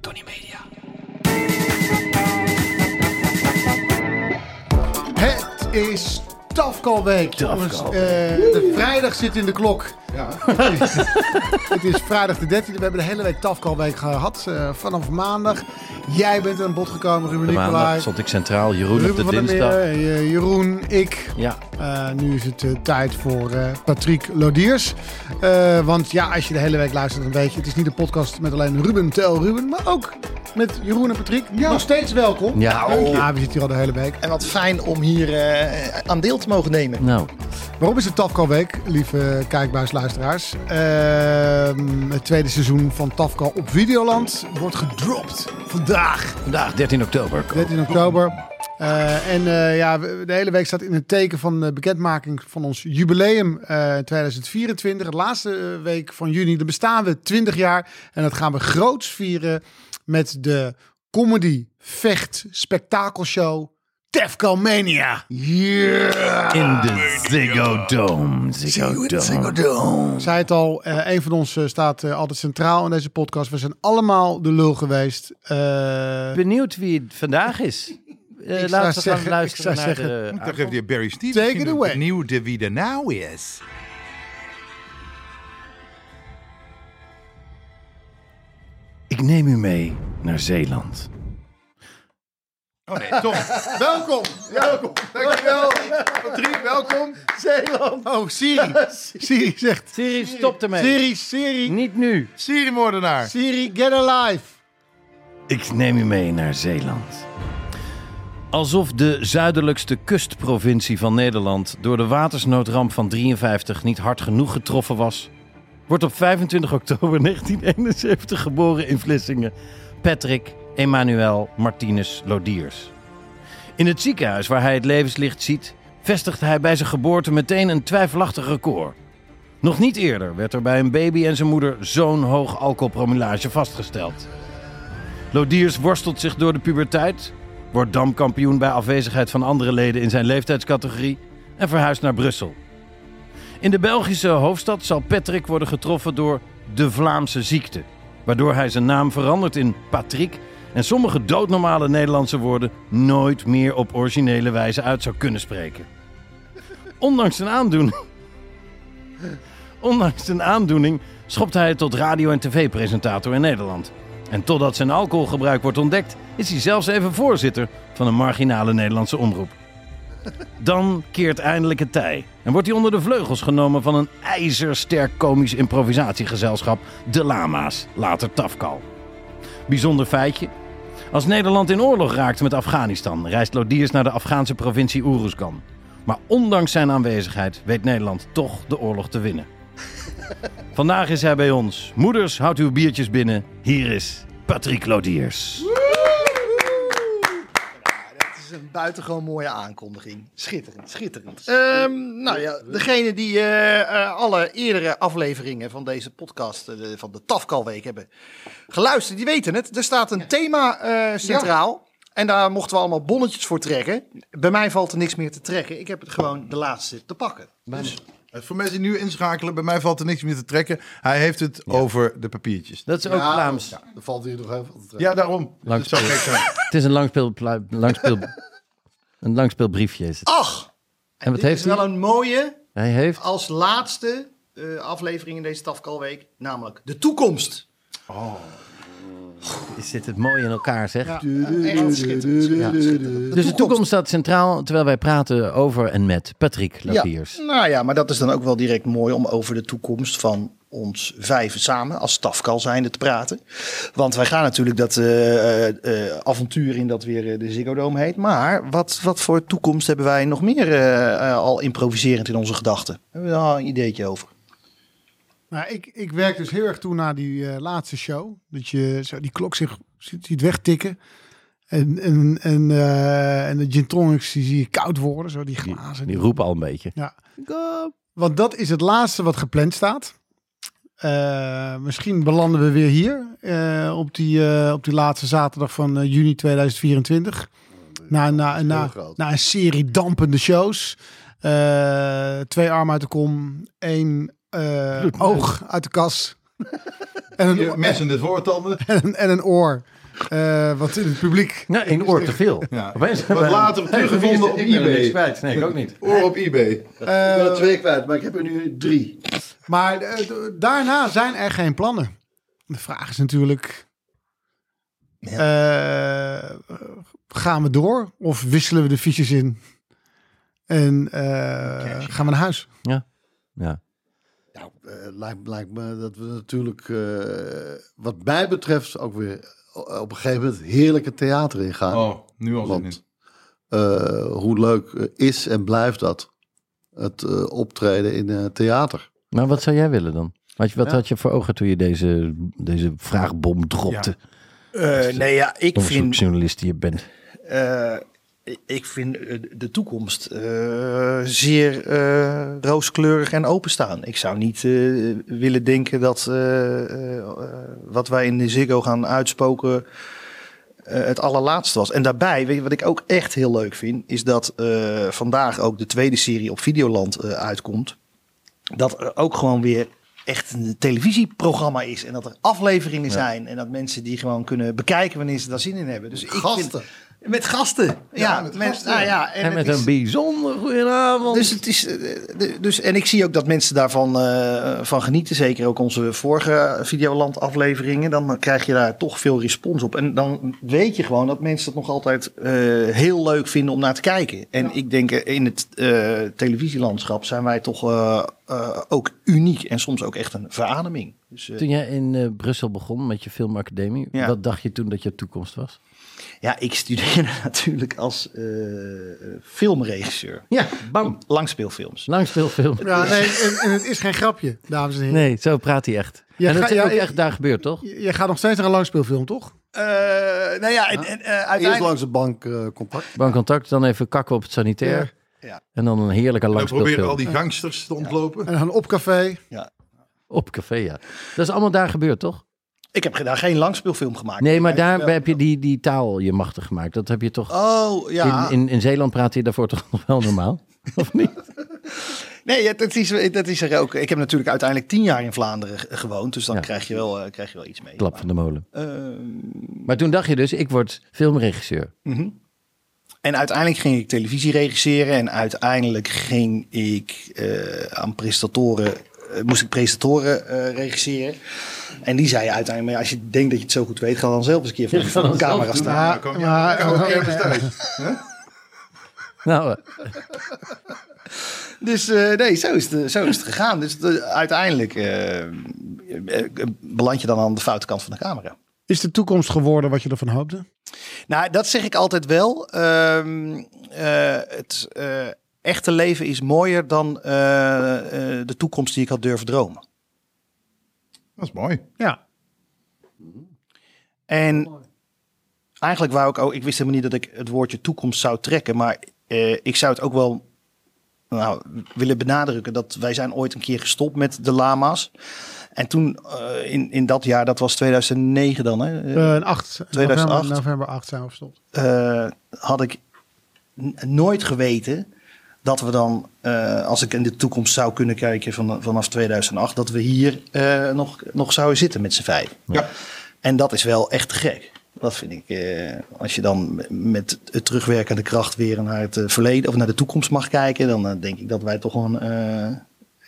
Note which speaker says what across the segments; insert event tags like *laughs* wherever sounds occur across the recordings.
Speaker 1: Sony Media.
Speaker 2: Het is Tafkalweek. jongens.
Speaker 3: Tafkalweek.
Speaker 2: Eh, de vrijdag zit in de klok.
Speaker 3: Ja.
Speaker 2: *laughs* Het is vrijdag de 13e. We hebben de hele week Tafkalweek gehad. eh, vanaf maandag. Jij bent aan bod gekomen, Ruben
Speaker 3: De maandag
Speaker 2: Nicolai.
Speaker 3: stond ik centraal, Jeroen op
Speaker 2: Ruben
Speaker 3: de
Speaker 2: van der
Speaker 3: dinsdag.
Speaker 2: Meer, eh, Jeroen, ik.
Speaker 3: Ja,
Speaker 2: Eh, nu is het eh, tijd voor eh, Patrick Lodiers. Eh, want ja, als je de hele week luistert, dan weet je... het is niet een podcast met alleen Ruben tel Ruben... maar ook met Jeroen en Patrick. Nog steeds welkom.
Speaker 3: Ja. oh.
Speaker 2: Dank je. ja, we zitten hier al de hele week.
Speaker 4: En wat fijn om hier eh, aan deel te mogen nemen.
Speaker 3: nou,
Speaker 2: Waarom is het Tafkalweek, lieve kijkbuisluisteraars? Ehm, het tweede seizoen van Tafkal op Videoland wordt gedropt vandaag,
Speaker 3: vandaag 13 oktober.
Speaker 2: 13 oktober. Eh, en eh, ja, we- de hele week staat in het teken van de bekendmaking van ons jubileum eh 2024. De laatste eh, week van juni, dan bestaan we 20 jaar. En dat gaan we groots vieren met de comedy vecht spektakelshow Tefkalmania.
Speaker 3: In de Ah. Ziggo Dome. Ziggo Dome.
Speaker 2: Ik zei het al, eh, een van ons eh, staat eh, altijd centraal in deze podcast. We zijn allemaal de lul geweest.
Speaker 4: *laughs*
Speaker 2: Eh,
Speaker 3: Benieuwd wie het vandaag *laughs* is. Eh,
Speaker 2: zou
Speaker 3: laten we
Speaker 2: zeggen-
Speaker 3: gaan luisteren
Speaker 2: ik zou
Speaker 3: naar
Speaker 2: zeggen-
Speaker 3: de...
Speaker 5: Ik dacht even, die Barry Stevens
Speaker 2: Take it
Speaker 5: misschien
Speaker 2: away.
Speaker 5: benieuwd wie er nou is.
Speaker 3: Ik neem u mee naar Zeeland.
Speaker 5: Oh nee, toch.
Speaker 2: welkom! Welkom! Dankjewel! Patrick, welkom! Zeeland! Oh, Siri! *laughs* Siri zegt...
Speaker 3: Siri, stop ermee.
Speaker 2: Siri, Siri!
Speaker 3: Niet nu.
Speaker 5: Seriemoordenaar.
Speaker 2: Siri, get alive!
Speaker 3: Ik neem u mee naar Zeeland. Alsof de zuidelijkste kustprovincie van Nederland door de watersnoodramp van 53 niet hard genoeg getroffen was, wordt op 25 oktober *laughs* 1971 geboren in Vlissingen Patrick Emmanuel Martinus Lodiers. In het ziekenhuis waar hij het levenslicht ziet, vestigt hij bij zijn geboorte meteen een twijfelachtig record. Nog niet eerder werd er bij een baby en zijn moeder zo'n hoog alcoholpromillage vastgesteld. Lodiers worstelt zich door de puberteit, wordt damkampioen bij afwezigheid van andere leden in zijn leeftijdscategorie en verhuist naar Brussel. In de Belgische hoofdstad zal Patrick worden getroffen door de Vlaamse ziekte, waardoor hij zijn naam verandert in Patrick en sommige doodnormale Nederlandse woorden nooit meer op originele wijze uit zou kunnen spreken. Ondanks zijn aandoening. Ondanks zijn aandoening schopt hij het tot radio- en tv-presentator in Nederland. En totdat zijn alcoholgebruik wordt ontdekt, is hij zelfs even voorzitter van een marginale Nederlandse omroep. Dan keert eindelijk het tij en wordt hij onder de vleugels genomen van een ijzersterk komisch improvisatiegezelschap, De Lama's, later Tafkal. Bijzonder feitje. Als Nederland in oorlog raakt met Afghanistan, reist Lodiers naar de Afghaanse provincie Oeruzgan. Maar ondanks zijn aanwezigheid weet Nederland toch de oorlog te winnen. Vandaag is hij bij ons. Moeders, houd uw biertjes binnen. Hier is Patrick Lodiers.
Speaker 4: Het is een buitengewoon mooie aankondiging. Schitterend, schitterend. Ehm, nou ja, degene die eh, eh, alle eerdere afleveringen van deze podcast, eh, de- van de Tafkalweek, hebben geluisterd, die weten het. Er staat een thema eh, centraal. En daar mochten we allemaal bonnetjes voor trekken. Bij mij valt er niks meer te trekken. Ik heb het gewoon de laatste te pakken.
Speaker 5: Voor mensen die nu inschakelen, bij mij valt er niks meer te trekken. Hij heeft het over de papiertjes.
Speaker 3: Dat is ook Vlaams.
Speaker 2: Er valt hier nog heel veel te
Speaker 5: Ja, daarom.
Speaker 3: Langs-
Speaker 5: Dat zou gek zijn.
Speaker 3: Het is een langspeel, *laughs* langspeel, een langspeelbriefje. Is het.
Speaker 4: Ach,
Speaker 3: En wat
Speaker 4: dit
Speaker 3: heeft
Speaker 4: is
Speaker 3: hij?
Speaker 4: wel een mooie
Speaker 3: Hij heeft...
Speaker 4: als laatste eh, aflevering in deze Tafkalweek. Namelijk de toekomst.
Speaker 3: Zit het mooi in elkaar, zeg.
Speaker 4: Echt schitterend.
Speaker 3: dus de toekomst staat centraal terwijl wij praten over en met Patrick Lodiers.
Speaker 4: Ja, nou ja, maar dat is dan ook wel direct mooi om over de toekomst van ons vijven samen als stafkal zijnde te praten. Want wij gaan natuurlijk dat eh, eh, eh, avontuur in dat weer eh, de Ziggo Dome heet. Maar wat, wat voor toekomst hebben wij nog meer eh, eh, al improviserend in onze gedachten? Hebben we daar een ideetje over?
Speaker 2: Nou, ik, ik werk dus heel erg toe naar die eh, laatste show. Dat je zo die klok zich ziet, ziet wegtikken. En, en, en, eh, en de gin tonics die zie je koud worden. Zo die
Speaker 3: Die,
Speaker 2: glazen.
Speaker 3: die roepen al een beetje.
Speaker 2: Ja. Want dat is het laatste wat gepland staat. Eh, misschien belanden we weer hier eh, op, die, eh, op die laatste zaterdag van eh, juni 2024. Na, na, na, na een serie dampende shows. Eh, twee armen uit de kom, één eh, oog uit de kas. *laughs* En een,
Speaker 5: Hier,
Speaker 2: oor- en
Speaker 5: Mensen in de voortanden.
Speaker 2: een, en een oor. eh, wat in het publiek.
Speaker 3: Nou, één oor te veel.
Speaker 5: Ja.
Speaker 3: Opeens
Speaker 5: Wat
Speaker 3: hebben we- *laughs*
Speaker 5: later teruggevonden op
Speaker 3: Ik ben er niks
Speaker 5: eBay.
Speaker 3: kwijt. Nee, ik ook niet.
Speaker 5: Oor op eBay.
Speaker 4: ik ben er twee kwijt, maar ik heb er nu drie.
Speaker 2: Maar eh, d- daarna zijn er geen plannen. De vraag is natuurlijk: eh, gaan we door of wisselen we de fiches in? En eh, gaan we naar huis?
Speaker 3: Ja.
Speaker 1: Nou, eh, lijkt, lijkt me dat we natuurlijk, eh, wat mij betreft, ook weer op een gegeven moment heerlijke theater ingaan.
Speaker 5: Oh, nu al zin
Speaker 1: Want-
Speaker 5: in.
Speaker 1: Eh, hoe leuk eh, is en blijft dat? Het eh, optreden in eh, theater.
Speaker 3: Maar wat zou jij willen dan? Had je, wat had je voor ogen toen je deze, deze vraagbom dropte?
Speaker 4: Eh, nee, ja, ik
Speaker 3: Of zo'n
Speaker 4: vind,
Speaker 3: journalist die je bent.
Speaker 4: eh, ik vind eh, de toekomst eh, zeer eh, rooskleurig en openstaan. Ik zou niet eh, willen denken dat eh, eh, eh, wat wij in de Ziggo gaan uitspoken eh, het allerlaatste was. En daarbij, weet je, wat ik ook echt heel leuk vind, is dat eh, vandaag ook de tweede serie op Videoland eh, uitkomt. Dat er ook gewoon weer echt een televisieprogramma is. En dat er afleveringen zijn. En dat mensen die gewoon kunnen bekijken wanneer ze daar zin in hebben. Dus ik
Speaker 1: Gasten.
Speaker 4: Vind, met gasten. Ja,
Speaker 5: met
Speaker 4: met
Speaker 5: gasten.
Speaker 4: nou ja, en
Speaker 3: En,
Speaker 4: het
Speaker 3: met
Speaker 4: is-
Speaker 3: een bijzonder goedenavond.
Speaker 4: dus het is, eh, de- dus, en ik zie ook dat mensen daarvan eh, van genieten. Zeker ook onze vorige Videoland afleveringen. Dan krijg je daar toch veel respons op. En dan weet je gewoon dat mensen het nog altijd eh, heel leuk vinden om naar te kijken. En ik denk eh, in het eh, televisielandschap zijn wij toch eh, eh, ook uniek. En soms ook echt een verademing. Dus, eh,
Speaker 3: Toen jij in eh, Brussel begon met je filmacademie,
Speaker 4: Ja.
Speaker 3: wat dacht je toen dat je toekomst was?
Speaker 4: ja, ik studeerde *laughs* natuurlijk als eh, filmregisseur.
Speaker 3: Ja, bam.
Speaker 4: Langspeelfilms.
Speaker 3: Langspeelfilm.
Speaker 2: Ja, nee, en, en het is geen grapje, dames en heren.
Speaker 3: Nee, zo praat hij echt.
Speaker 2: Ja,
Speaker 3: en dat
Speaker 2: ga-
Speaker 3: is
Speaker 2: ja,
Speaker 3: ook
Speaker 2: ja.
Speaker 3: echt daar gebeurd, toch?
Speaker 2: Je, je gaat nog steeds naar een langspeelfilm, toch?
Speaker 4: Eh nou ja, en, en, eh,
Speaker 1: Eerst
Speaker 4: uiteindelijk...
Speaker 1: langs de bank eh, contact.
Speaker 3: Bankcontact, dan even kakken op het sanitair.
Speaker 4: Ja.
Speaker 3: En dan een heerlijke
Speaker 5: We proberen al
Speaker 3: langspeelfilm.
Speaker 5: die gangsters te ontlopen.
Speaker 2: En dan op café.
Speaker 3: Op café, ja. Dat is allemaal daar gebeurd, toch?
Speaker 4: Ik heb daar geen langspeelfilm gemaakt.
Speaker 3: Nee, maar
Speaker 4: Ik
Speaker 3: daar
Speaker 4: wel-
Speaker 3: heb je die, die taal je machtig gemaakt. Dat heb je toch...
Speaker 4: Oh, ja.
Speaker 3: In, in, in Zeeland praat je daarvoor *laughs* toch nog wel normaal? Of niet?
Speaker 4: Nee, ja, dat is, dat is er ook. Ik heb natuurlijk uiteindelijk tien jaar in Vlaanderen ge- gewoond. Dus dan
Speaker 3: Ja.
Speaker 4: krijg, je wel, eh, krijg je wel iets mee.
Speaker 3: Klap van de molen.
Speaker 4: Maar, eh,
Speaker 3: Maar toen dacht je dus, ik word filmregisseur.
Speaker 4: en uiteindelijk ging ik televisie regisseren. En uiteindelijk ging ik eh, aan presentatoren... eh, moest ik presentatoren eh, regisseren. En die zei uiteindelijk... maar ja, als je denkt dat je het zo goed weet... ga dan zelf eens een keer voor voor de camera staan.
Speaker 2: Ja,
Speaker 5: kom je-
Speaker 2: maar- eh,
Speaker 5: dan kom je ergens thuis.
Speaker 3: Nou, eh,
Speaker 4: Dus eh, nee, zo is, het, zo is het gegaan. Dus de- uiteindelijk eh, eh, beland je dan aan de foute kant van de camera.
Speaker 2: Is de toekomst geworden wat je ervan hoopte?
Speaker 4: Nou, dat zeg ik altijd wel. Ehm, eh, het eh, echte leven is mooier dan eh, eh, de toekomst die ik had durven dromen.
Speaker 5: Dat is mooi.
Speaker 2: Ja.
Speaker 4: En eigenlijk wou ik ook, ik wist helemaal niet dat ik het woordje toekomst zou trekken, maar eh, ik zou het ook wel nou, willen benadrukken dat wij zijn ooit een keer gestopt met de lama's. En toen, eh, in, in dat jaar, dat was 2009 dan, hè, eh,
Speaker 2: Eh, een 8.
Speaker 4: 2008.
Speaker 2: November, november 8 zijn we gestopt.
Speaker 4: eh, had ik n- nooit geweten dat we dan, eh, als ik in de toekomst zou kunnen kijken van, vanaf 2008, dat we hier eh, nog, nog zouden zitten met z'n vijf.
Speaker 5: Ja.
Speaker 4: En dat is wel echt te gek. Dat vind ik, eh, als je dan m- met het terugwerkende kracht weer naar het eh, verleden of naar de toekomst mag kijken, dan eh, denk ik dat wij toch een, eh,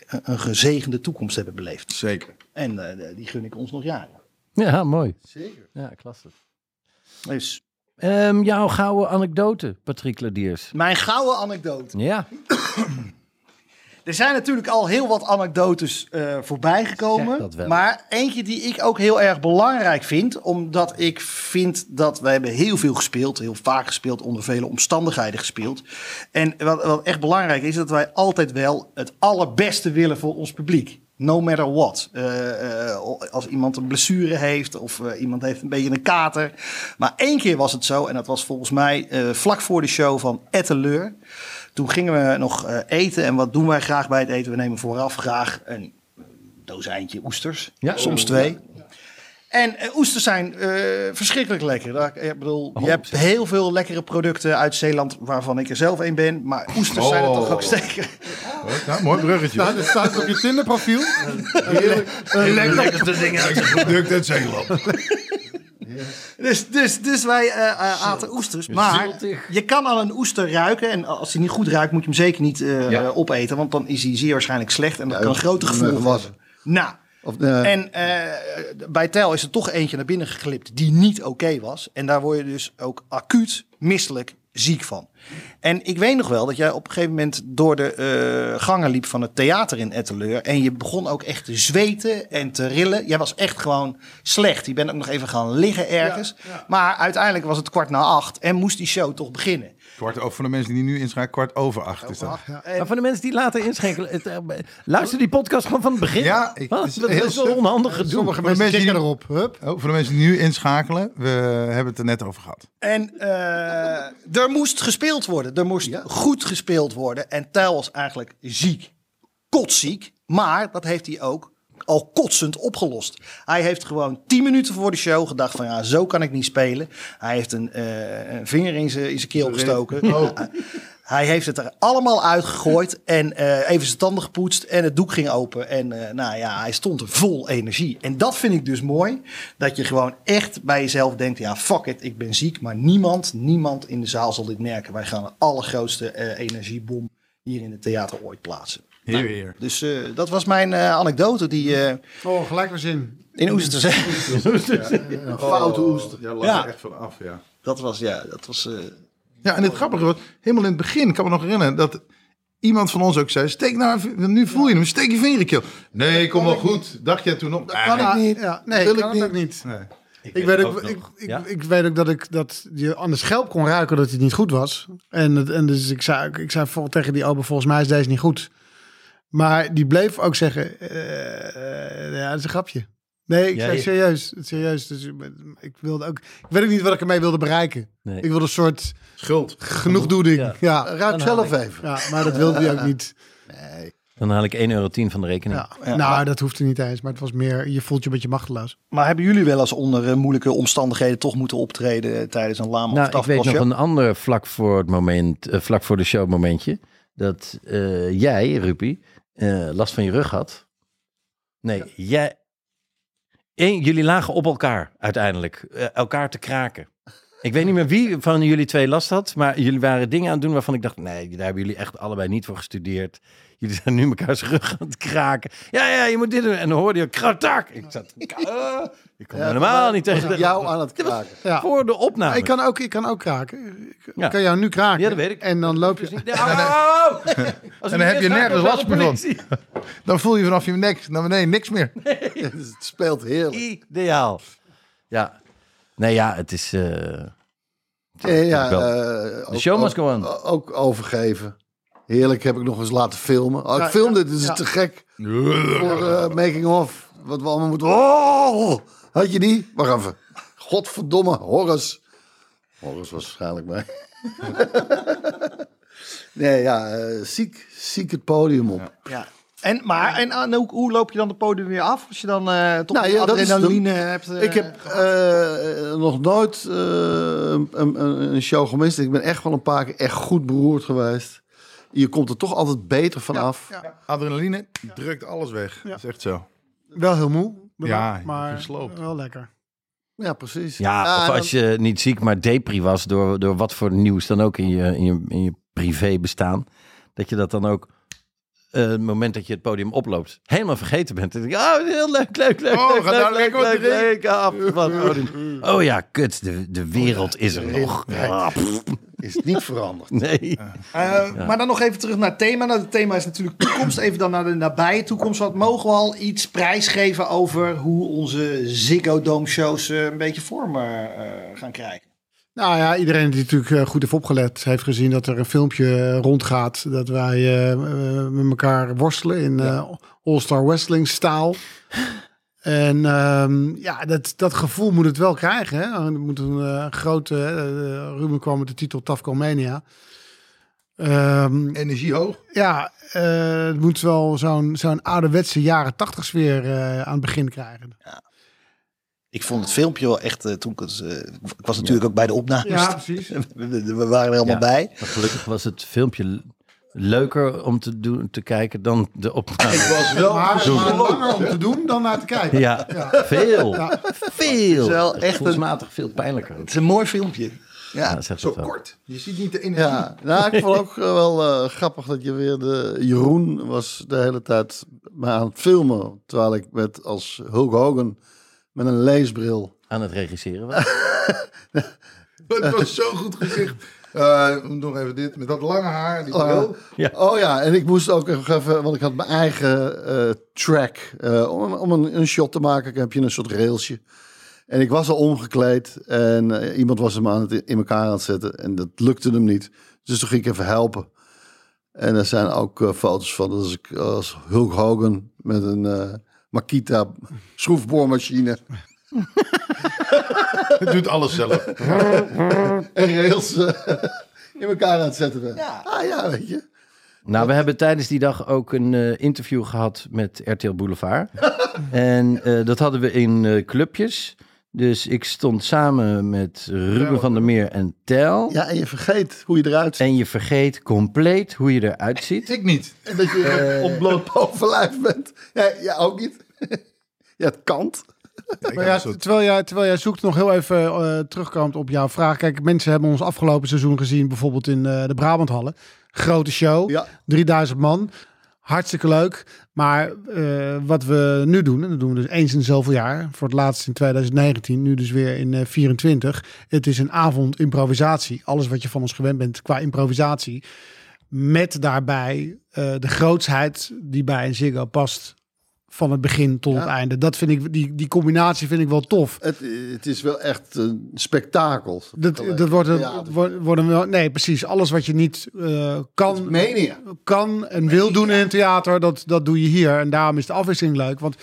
Speaker 4: een- een gezegende toekomst hebben beleefd.
Speaker 5: Zeker.
Speaker 4: En eh, die gun ik ons nog jaren.
Speaker 3: ja, mooi.
Speaker 1: Zeker.
Speaker 3: Ja, klasse.
Speaker 4: Dus
Speaker 3: Ehm, jouw gouden anekdote, Patrick Ladiers.
Speaker 4: mijn gouden anekdote.
Speaker 3: Ja,
Speaker 4: Er zijn natuurlijk al heel wat anekdotes eh, voorbij
Speaker 3: Zeg
Speaker 4: gekomen.
Speaker 3: dat wel.
Speaker 4: Maar eentje die ik ook heel erg belangrijk vind. Omdat ik vind dat we hebben heel veel gespeeld. Heel vaak gespeeld. Onder vele omstandigheden gespeeld. En wat, wat echt belangrijk is. Dat wij altijd wel het allerbeste willen voor ons publiek. No matter what. Eh, eh, als iemand een blessure heeft. Of eh, iemand heeft een beetje een kater. Maar één keer was het zo. En dat was volgens mij eh, vlak voor de show van Etteleur. Toen gingen we nog eh, eten. En wat doen wij graag bij het eten? We nemen vooraf graag een dozijntje oesters.
Speaker 3: Ja.
Speaker 4: Soms
Speaker 3: Oh,
Speaker 4: twee. En eh, oesters zijn eh, verschrikkelijk lekker. Daar- Ik bedoel, je hebt heel veel lekkere producten uit Zeeland waarvan ik er zelf een ben. Maar oesters zijn er toch ook zeker. *laughs*
Speaker 5: Nou, mooi bruggetje.
Speaker 2: Nou, dat staat op je Tinder-profiel.
Speaker 3: De lekkerste dingen uit de
Speaker 5: Product uit Zeeland.
Speaker 4: Dus, dus, dus wij eh, eh, aten oesters. Maar je kan aan een oester ruiken. En als hij niet goed ruikt, moet je hem zeker niet eh,
Speaker 3: Ja.
Speaker 4: eh, opeten. Want dan is hij zeer waarschijnlijk slecht. En dat kan grote
Speaker 1: nee,
Speaker 4: gevolgen
Speaker 1: gewassen.
Speaker 4: hebben. Nou,
Speaker 1: Of, eh,
Speaker 4: en eh, bij Tel is er toch eentje naar binnen geklipt die niet oké was. En daar word je dus ook acuut misselijk ziek van. En ik weet nog wel dat jij op een gegeven moment door de eh, gangen liep van het theater in Etteleur. En je begon ook echt te zweten en te rillen. Jij was echt gewoon slecht. Je bent ook nog even gaan liggen ergens. Maar uiteindelijk was het kwart na acht en moest die show toch beginnen.
Speaker 5: Kwart over, voor de mensen die nu inschakelen, kwart over acht is dat.
Speaker 4: En-
Speaker 3: Maar van de mensen die later inschenken, het, eh, luister die podcast gewoon van het begin.
Speaker 5: Ja, ik-
Speaker 3: Wat?
Speaker 5: is
Speaker 3: dat
Speaker 5: heel
Speaker 3: is wel
Speaker 5: suf.
Speaker 3: onhandig gedoe.
Speaker 2: Sommige
Speaker 5: Maar
Speaker 2: mensen
Speaker 5: mensen
Speaker 2: kikken
Speaker 5: die-
Speaker 2: erop. Hup.
Speaker 5: Oh, voor de mensen die nu inschakelen, we hebben het er net over gehad.
Speaker 4: En eh, er moest gespeeld worden. Er moest goed gespeeld worden. En Tijl was eigenlijk ziek. Kotziek. Maar dat heeft hij ook al kotsend opgelost. Hij heeft gewoon tien minuten voor de show gedacht van... ja, zo kan ik niet spelen. Hij heeft een, eh, een vinger in zijn in zijn keel gestoken. *laughs* Hij heeft het er allemaal uitgegooid en eh, even zijn tanden gepoetst en het doek ging open. En eh, nou ja, hij stond er vol energie. En dat vind ik dus mooi, dat je gewoon echt bij jezelf denkt, ja fuck it, ik ben ziek. Maar niemand, niemand in de zaal zal dit merken. Wij gaan de allergrootste eh, energiebom hier in het theater ooit plaatsen.
Speaker 5: Hier weer.
Speaker 4: Dus eh, dat was mijn eh, anekdote die eh,
Speaker 2: Oh, gelijk weer zin.
Speaker 4: in Oester zei.
Speaker 1: een foute oester.
Speaker 5: Ja,
Speaker 4: Ja.
Speaker 5: echt van af, ja.
Speaker 4: Dat was, ja, dat was... eh,
Speaker 5: Ja, en het grappige was, helemaal in het begin, ik kan me nog herinneren, dat iemand van ons ook zei, steek nou, even- nu voel je hem, steek je vinger in je keel. Nee, kom wel goed. Dacht jij toen Ah, nog? Dat
Speaker 2: Kan ik niet. Ja, nee,
Speaker 5: Wil
Speaker 2: kan
Speaker 5: ik
Speaker 2: het ook niet.
Speaker 5: Nee.
Speaker 2: Ik, weet ook,
Speaker 3: ook
Speaker 2: ik,
Speaker 3: nog.
Speaker 2: ik,
Speaker 3: Ja?
Speaker 2: ik weet ook dat ik dat je aan de schelp kon ruiken dat hij niet goed was. En, het, en dus ik zei, ik zei vol- tegen die open, volgens mij is deze niet goed. Maar die bleef ook zeggen, eh, eh, ja, dat is een grapje. Nee, ik
Speaker 3: Ja,
Speaker 2: zei
Speaker 3: je-
Speaker 2: serieus, serieus. Dus ik, ben- ik wilde ook, ik weet ook niet wat ik ermee wilde bereiken.
Speaker 3: Nee.
Speaker 2: Ik wilde een soort
Speaker 5: Schuld.
Speaker 2: genoegdoening. Ja.
Speaker 3: Ja.
Speaker 2: Ja,
Speaker 1: Ruik zelf even.
Speaker 2: maar dat wilde hij ook niet.
Speaker 3: Dan haal ik 1,10 euro van de rekening.
Speaker 2: Ja. nou, dat hoefde niet eens. Maar het was meer, je voelt je een beetje machteloos.
Speaker 4: maar hebben jullie wel eens onder eh, moeilijke omstandigheden toch moeten optreden eh, tijdens een lama
Speaker 3: Nou,
Speaker 4: of
Speaker 3: ik weet nog
Speaker 4: tafelshow?
Speaker 3: een ander vlak voor het moment, eh, vlak voor de show momentje, dat eh, jij, Rupi, eh, last van je rug had. Nee, jij. Eén, jullie lagen op elkaar uiteindelijk, eh, elkaar te kraken. Ik weet niet meer wie van jullie twee last had, maar jullie waren dingen aan het doen waarvan ik dacht, nee, daar hebben jullie echt allebei niet voor gestudeerd. Jullie zijn nu mekaars rug aan het kraken. Ja, ja, je moet dit doen. En dan hoorde je, kratak. Ik zat, eh, ik kon helemaal niet tegen. de-
Speaker 1: Jou aan het
Speaker 3: Dit was
Speaker 1: kraken.
Speaker 2: Ja.
Speaker 3: Voor de opname.
Speaker 2: Maar ik kan ook, ik kan ook kraken. Ik
Speaker 3: Ja.
Speaker 2: kan jou nu kraken.
Speaker 3: Ja, dat weet Dus ik.
Speaker 2: En dan loop je.
Speaker 5: *laughs*
Speaker 3: Nee, au! *laughs* Als ik niet
Speaker 5: dan heb je
Speaker 3: eens
Speaker 5: nergens
Speaker 3: raak,
Speaker 5: last
Speaker 3: dan bel
Speaker 5: meer
Speaker 3: de politie.
Speaker 5: Dan voel je vanaf je nek naar beneden niks meer.
Speaker 1: Dus *laughs* het speelt heerlijk.
Speaker 5: *laughs*
Speaker 3: Ideaal. Ja. Nee, ja, het is... eh,
Speaker 1: Eh, ja,
Speaker 3: wel.
Speaker 1: eh, ook-
Speaker 3: show must
Speaker 1: ook-
Speaker 3: go on.
Speaker 1: o- Ook overgeven. Heerlijk heb ik nog eens laten filmen. Oh, ik
Speaker 2: Ja,
Speaker 1: filmde,
Speaker 2: ja,
Speaker 1: dit is
Speaker 2: ja.
Speaker 1: te gek. Voor eh, Making Of. Wat we allemaal moeten... Oh, had je die? Wacht even. Godverdomme, Horus. Horus was waarschijnlijk mij. *laughs* nee, ja, eh, ziek, ziek het podium op.
Speaker 4: Ja. En, maar, en, en hoe, hoe loop je dan de podium weer af? Als je dan eh toch nou,
Speaker 1: Nou ja, dat is
Speaker 4: adrenaline hebt. eh,
Speaker 1: Ik heb eh, nog nooit eh, een, een, een show gemist. Ik ben echt wel een paar keer echt goed beroerd geweest. Je komt er toch altijd beter van af.
Speaker 5: Adrenaline drukt alles weg.
Speaker 2: Ja.
Speaker 5: Dat is echt zo.
Speaker 2: Wel heel moe.
Speaker 5: Ja,
Speaker 2: maar
Speaker 5: gesloopt.
Speaker 2: wel lekker.
Speaker 1: Ja, precies.
Speaker 3: ja, of
Speaker 1: dan-
Speaker 3: als je niet ziek, maar depri was door, door wat voor nieuws dan ook in je, in je, in je privé bestaan. Dat je dat dan ook... eh, het moment dat je het podium oploopt, helemaal vergeten bent. Dan denk je, oh, heel leuk, leuk, leuk.
Speaker 5: Oh,
Speaker 3: leuk,
Speaker 5: ga
Speaker 3: leuk,
Speaker 5: daar
Speaker 3: leuk,
Speaker 5: lekker wat
Speaker 3: leuk,
Speaker 5: drinken.
Speaker 3: leuk, ah, wat podium. Oh ja, kut, de, de wereld is er nog. Ah, pff,
Speaker 1: is niet veranderd.
Speaker 3: nee.
Speaker 4: Eh, Maar dan nog even terug naar het thema. Nou, het thema is natuurlijk toekomst. Even dan naar de nabije toekomst. Wat mogen we al iets prijsgeven over hoe onze Ziggo Dome shows eh, een beetje vorm eh, eh, gaan krijgen?
Speaker 2: Nou ja, iedereen die natuurlijk eh, goed heeft opgelet, heeft gezien dat er een filmpje eh, rondgaat. Dat wij eh, eh, met elkaar worstelen in eh, All-Star Wrestling staal. En ehm, ja, dat, dat gevoel moet het wel krijgen. Hè? Er moet een eh, grote. eh, Ruben kwam met de titel Tafco Mania. Ehm,
Speaker 5: Energie hoog.
Speaker 2: ja, eh, het moet wel zo'n zo'n ouderwetse jaren tachtig sfeer eh, aan het begin krijgen.
Speaker 4: Ik vond het filmpje wel echt, eh, toen ik, het, eh, ik *laughs* was natuurlijk ook bij de opnames.
Speaker 2: precies.
Speaker 4: We, we waren er allemaal
Speaker 3: Ja.
Speaker 4: bij.
Speaker 3: Maar gelukkig was het filmpje leuker om te, doen, te kijken dan de opname.
Speaker 5: was wel
Speaker 2: Maar,
Speaker 5: zo.
Speaker 2: maar langer om te doen dan naar te kijken.
Speaker 3: Ja, veel. Veel.
Speaker 4: Het is wel echt een-
Speaker 3: Gevoelsmatig veel pijnlijker.
Speaker 4: Het is een mooi filmpje.
Speaker 3: Ja,
Speaker 4: Ja,
Speaker 3: zegt
Speaker 5: Zo
Speaker 3: dat wel.
Speaker 5: kort. Je ziet niet de energie.
Speaker 1: Ja, nou, ik vond ook eh, wel eh, grappig dat je weer de... Jeroen was de hele tijd me aan het filmen. Terwijl ik met als Hulk Hogan met een leesbril...
Speaker 3: Aan het regisseren. was. *laughs*
Speaker 5: Het was zo'n goed gezicht. Eh, nog even dit, met dat lange haar. Die bril.
Speaker 3: Ja.
Speaker 1: Oh ja, en ik moest ook nog even, want ik had mijn eigen eh, track. eh, om om een, een shot te maken heb je een soort railsje. En ik was al omgekleed en eh, iemand was hem aan het in elkaar aan het zetten. En dat lukte hem niet. Dus toen ging ik even helpen. En er zijn ook eh, foto's van als ik als Hulk Hogan met een eh, Makita schroefboormachine.
Speaker 5: Het *laughs* doet alles zelf.
Speaker 1: *laughs* en rails eh, in elkaar aan het zetten. ben.
Speaker 4: Ja.
Speaker 1: Ah ja, weet je.
Speaker 3: Nou, we hebben tijdens die dag ook een eh, interview gehad met RTL
Speaker 4: *laughs*
Speaker 3: Boulevard. en eh, dat hadden we in eh, clubjes. Dus ik stond samen met Ruben van der Meer en Tel.
Speaker 1: Ja, en je vergeet hoe je eruit ziet.
Speaker 3: En je vergeet compleet hoe je eruit ziet.
Speaker 5: Ik niet.
Speaker 1: En dat *laughs* je eh, op bloot bovenlijf bent. Ja, ja ook niet. *laughs* ja, het kant.
Speaker 2: Maar ja, terwijl, jij, terwijl jij zoekt nog heel even eh, terugkomt op jouw vraag. Kijk, mensen hebben ons afgelopen seizoen gezien, bijvoorbeeld in eh, de Brabanthallen. Grote show,
Speaker 1: Ja.
Speaker 2: 3000 man. Hartstikke leuk. Maar eh, wat we nu doen, en dat doen we dus eens in zoveel jaar. Voor het laatst in 2019, nu dus weer in eh, 24. Het is een avond improvisatie. Alles wat je van ons gewend bent qua improvisatie. Met daarbij eh, de grootsheid die bij een Ziggo past van het begin tot het einde. Dat vind ik, die, die combinatie vind ik wel tof.
Speaker 1: Het, het is wel echt een spektakel.
Speaker 2: Dat, dat wordt een,
Speaker 1: Ja, dat-
Speaker 2: wordt- worden wel, nee, precies. Alles wat je niet eh, kan,
Speaker 1: Meen je?
Speaker 2: kan en wil doen in een theater, dat, dat doe je hier. En daarom is de afwisseling leuk. Want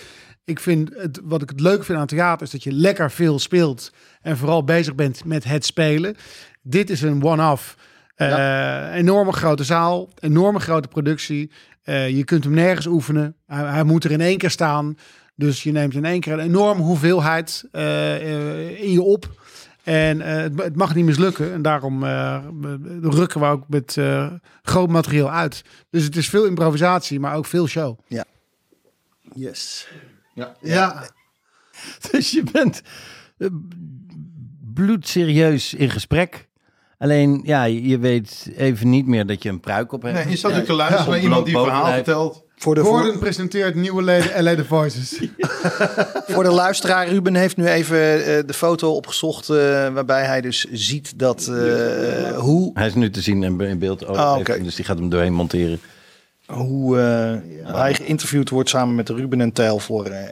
Speaker 2: ik vind het, wat ik het leuk vind aan theater is dat je lekker veel speelt. En vooral bezig bent met het spelen. Dit is een one-off. Eh, Enorme grote zaal, enorme grote productie. Eh, je kunt hem nergens oefenen. Hij, hij moet er in één keer staan. Dus je neemt in één keer een enorme hoeveelheid eh, eh, in je op. En eh, het, het mag niet mislukken. En daarom eh, rukken we ook met eh, groot materieel uit. Dus het is veel improvisatie, maar ook veel show.
Speaker 1: Yes.
Speaker 2: Ja,
Speaker 3: *laughs* Dus je bent eh, bloedserieus in gesprek. Alleen, ja, je weet even niet meer dat je een pruik op hebt.
Speaker 5: Nee, je zat ook te luisteren naar iemand die
Speaker 3: Bloot
Speaker 5: verhaal
Speaker 3: bovenlijf.
Speaker 5: vertelt.
Speaker 4: voor, de,
Speaker 2: Gordon
Speaker 4: voor,
Speaker 2: presenteert nieuwe leden LA The *laughs* Voices.
Speaker 4: voor de luisteraar, Ruben heeft nu even eh, de foto opgezocht. eh, waarbij hij dus ziet dat eh, hoe,
Speaker 3: Hij is nu te zien en in beeld. ook
Speaker 4: Ah,
Speaker 3: even,
Speaker 4: oké.
Speaker 3: Dus die gaat hem doorheen monteren. *laughs*
Speaker 4: hoe eh, hij geïnterviewd wordt samen met Ruben en Tijl voor eh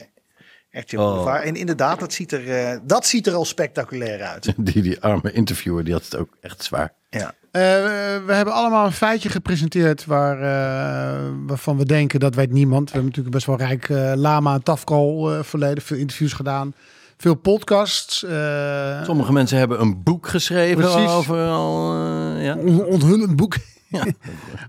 Speaker 4: RTL
Speaker 3: Oh.
Speaker 4: Boulevard. En inderdaad, dat ziet, er, eh, dat ziet er al spectaculair uit.
Speaker 3: Die, die arme interviewer, die had het ook echt zwaar.
Speaker 4: Ja.
Speaker 2: we hebben allemaal een feitje gepresenteerd waar, eh, waarvan we denken dat weet niemand. We hebben natuurlijk best wel rijk eh, lama en tafkal eh, verleden. Veel interviews gedaan. Veel podcasts. eh,
Speaker 3: Sommige mensen hebben een boek geschreven
Speaker 2: Precies.
Speaker 3: over al... eh, ja.
Speaker 2: On- onthullend boek.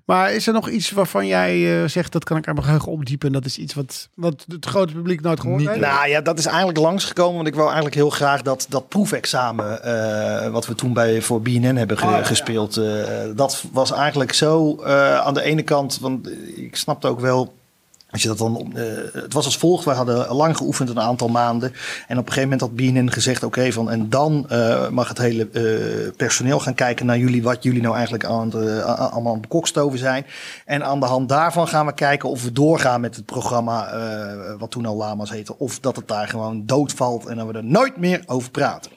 Speaker 2: maar is er nog iets waarvan jij eh, zegt dat kan ik aan mijn geheugen opdiepen? En dat is iets wat, wat het grote publiek nooit gehoord heeft?
Speaker 4: Nou ja, dat is eigenlijk langsgekomen. Want ik wou eigenlijk heel graag dat, dat proefexamen. eh, wat we toen bij, voor BNN hebben ge- gespeeld. eh, dat was eigenlijk zo eh, aan de ene kant. Want ik snapte ook wel. Als je dat dan, op- eh, het was als volgt, wij hadden lang geoefend een aantal maanden. En op een gegeven moment had BNN gezegd, oké, van en dan eh, mag het hele eh, personeel gaan kijken naar jullie, wat jullie nou eigenlijk aan het, eh, a- a- allemaal aan het bekokstoven zijn. En aan de hand daarvan gaan we kijken of we doorgaan met het programma, eh, wat toen al Lama's heette. Of dat het daar gewoon doodvalt en dat we er nooit meer over praten.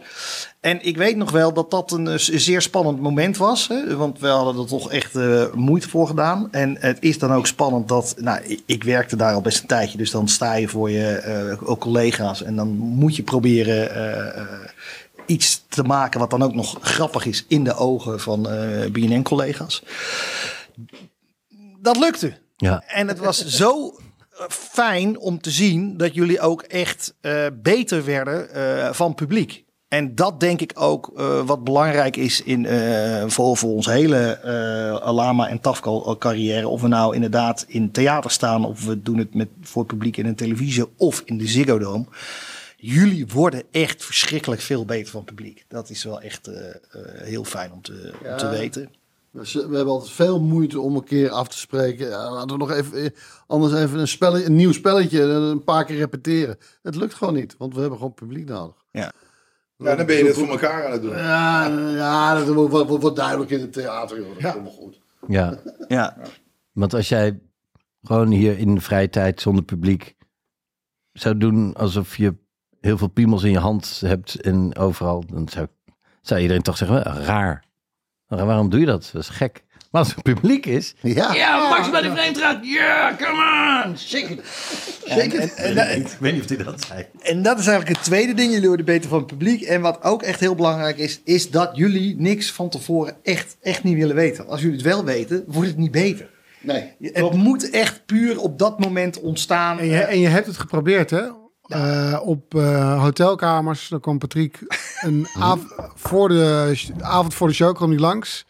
Speaker 4: En ik weet nog wel dat dat een eh, zeer spannend moment was. Hè? Want we hadden er toch echt eh, moeite voor gedaan. En het is dan ook spannend dat. Nou, ik, ik werkte daar al best een tijdje. Dus dan sta je voor je eh, ook collega's. En dan moet je proberen. eh, eh, Iets te maken wat dan ook nog grappig is in de ogen van eh BNN-collega's. Dat lukte.
Speaker 3: ja.
Speaker 4: En het was zo eh, fijn om te zien dat jullie ook echt eh, beter werden eh, van publiek. En dat denk ik ook eh, wat belangrijk is in, eh, voor, voor ons hele eh Alama en Tafko carrière. Of we nou inderdaad in theater staan of we doen het met, voor het publiek in een televisie of in de Ziggo Dome. Jullie worden echt verschrikkelijk veel beter van publiek. Dat is wel echt eh, eh, heel fijn om te, om te weten.
Speaker 1: Dus, eh, We hebben altijd veel moeite om een keer af te spreken. Ja, laten we nog even, eh, anders even een, spelletje, een nieuw spelletje eh, een paar keer repeteren. Het lukt gewoon niet, want we hebben gewoon publiek nodig.
Speaker 6: Ja, dan ben je dat voor elkaar aan het
Speaker 5: Eh, nou,
Speaker 6: doen.
Speaker 1: Ja, eh, ja dat wordt, wordt, wordt duidelijk in het theater. Joh. Dat komt wel goed.
Speaker 3: Ja,
Speaker 6: Ja.
Speaker 3: want als jij gewoon hier in de vrije tijd zonder publiek zou doen alsof je heel veel piemels in je hand hebt en overal, dan zou, zou iedereen toch zeggen, "Wa- raar. Ra- Waarom doe je dat? Dat is gek. Maar als er publiek is,
Speaker 1: Ja.
Speaker 3: ja, Max bij de vreemd gaat, ja, come on, shake it.
Speaker 4: Zeker. En, en, en-
Speaker 3: Ik weet niet of die dat zei.
Speaker 4: en dat is eigenlijk het tweede ding. Jullie worden beter van het publiek. En wat ook echt heel belangrijk is, is dat jullie niks van tevoren echt, echt niet willen weten. Als jullie het wel weten, wordt het niet beter.
Speaker 1: Nee.
Speaker 4: Je- Het moet echt puur op dat moment ontstaan.
Speaker 2: En je,
Speaker 4: Eh,
Speaker 2: en je hebt het geprobeerd, hè? Eh, op eh, hotelkamers, daar kwam Patrick een av- voor de sh- de avond voor de show kwam hij langs.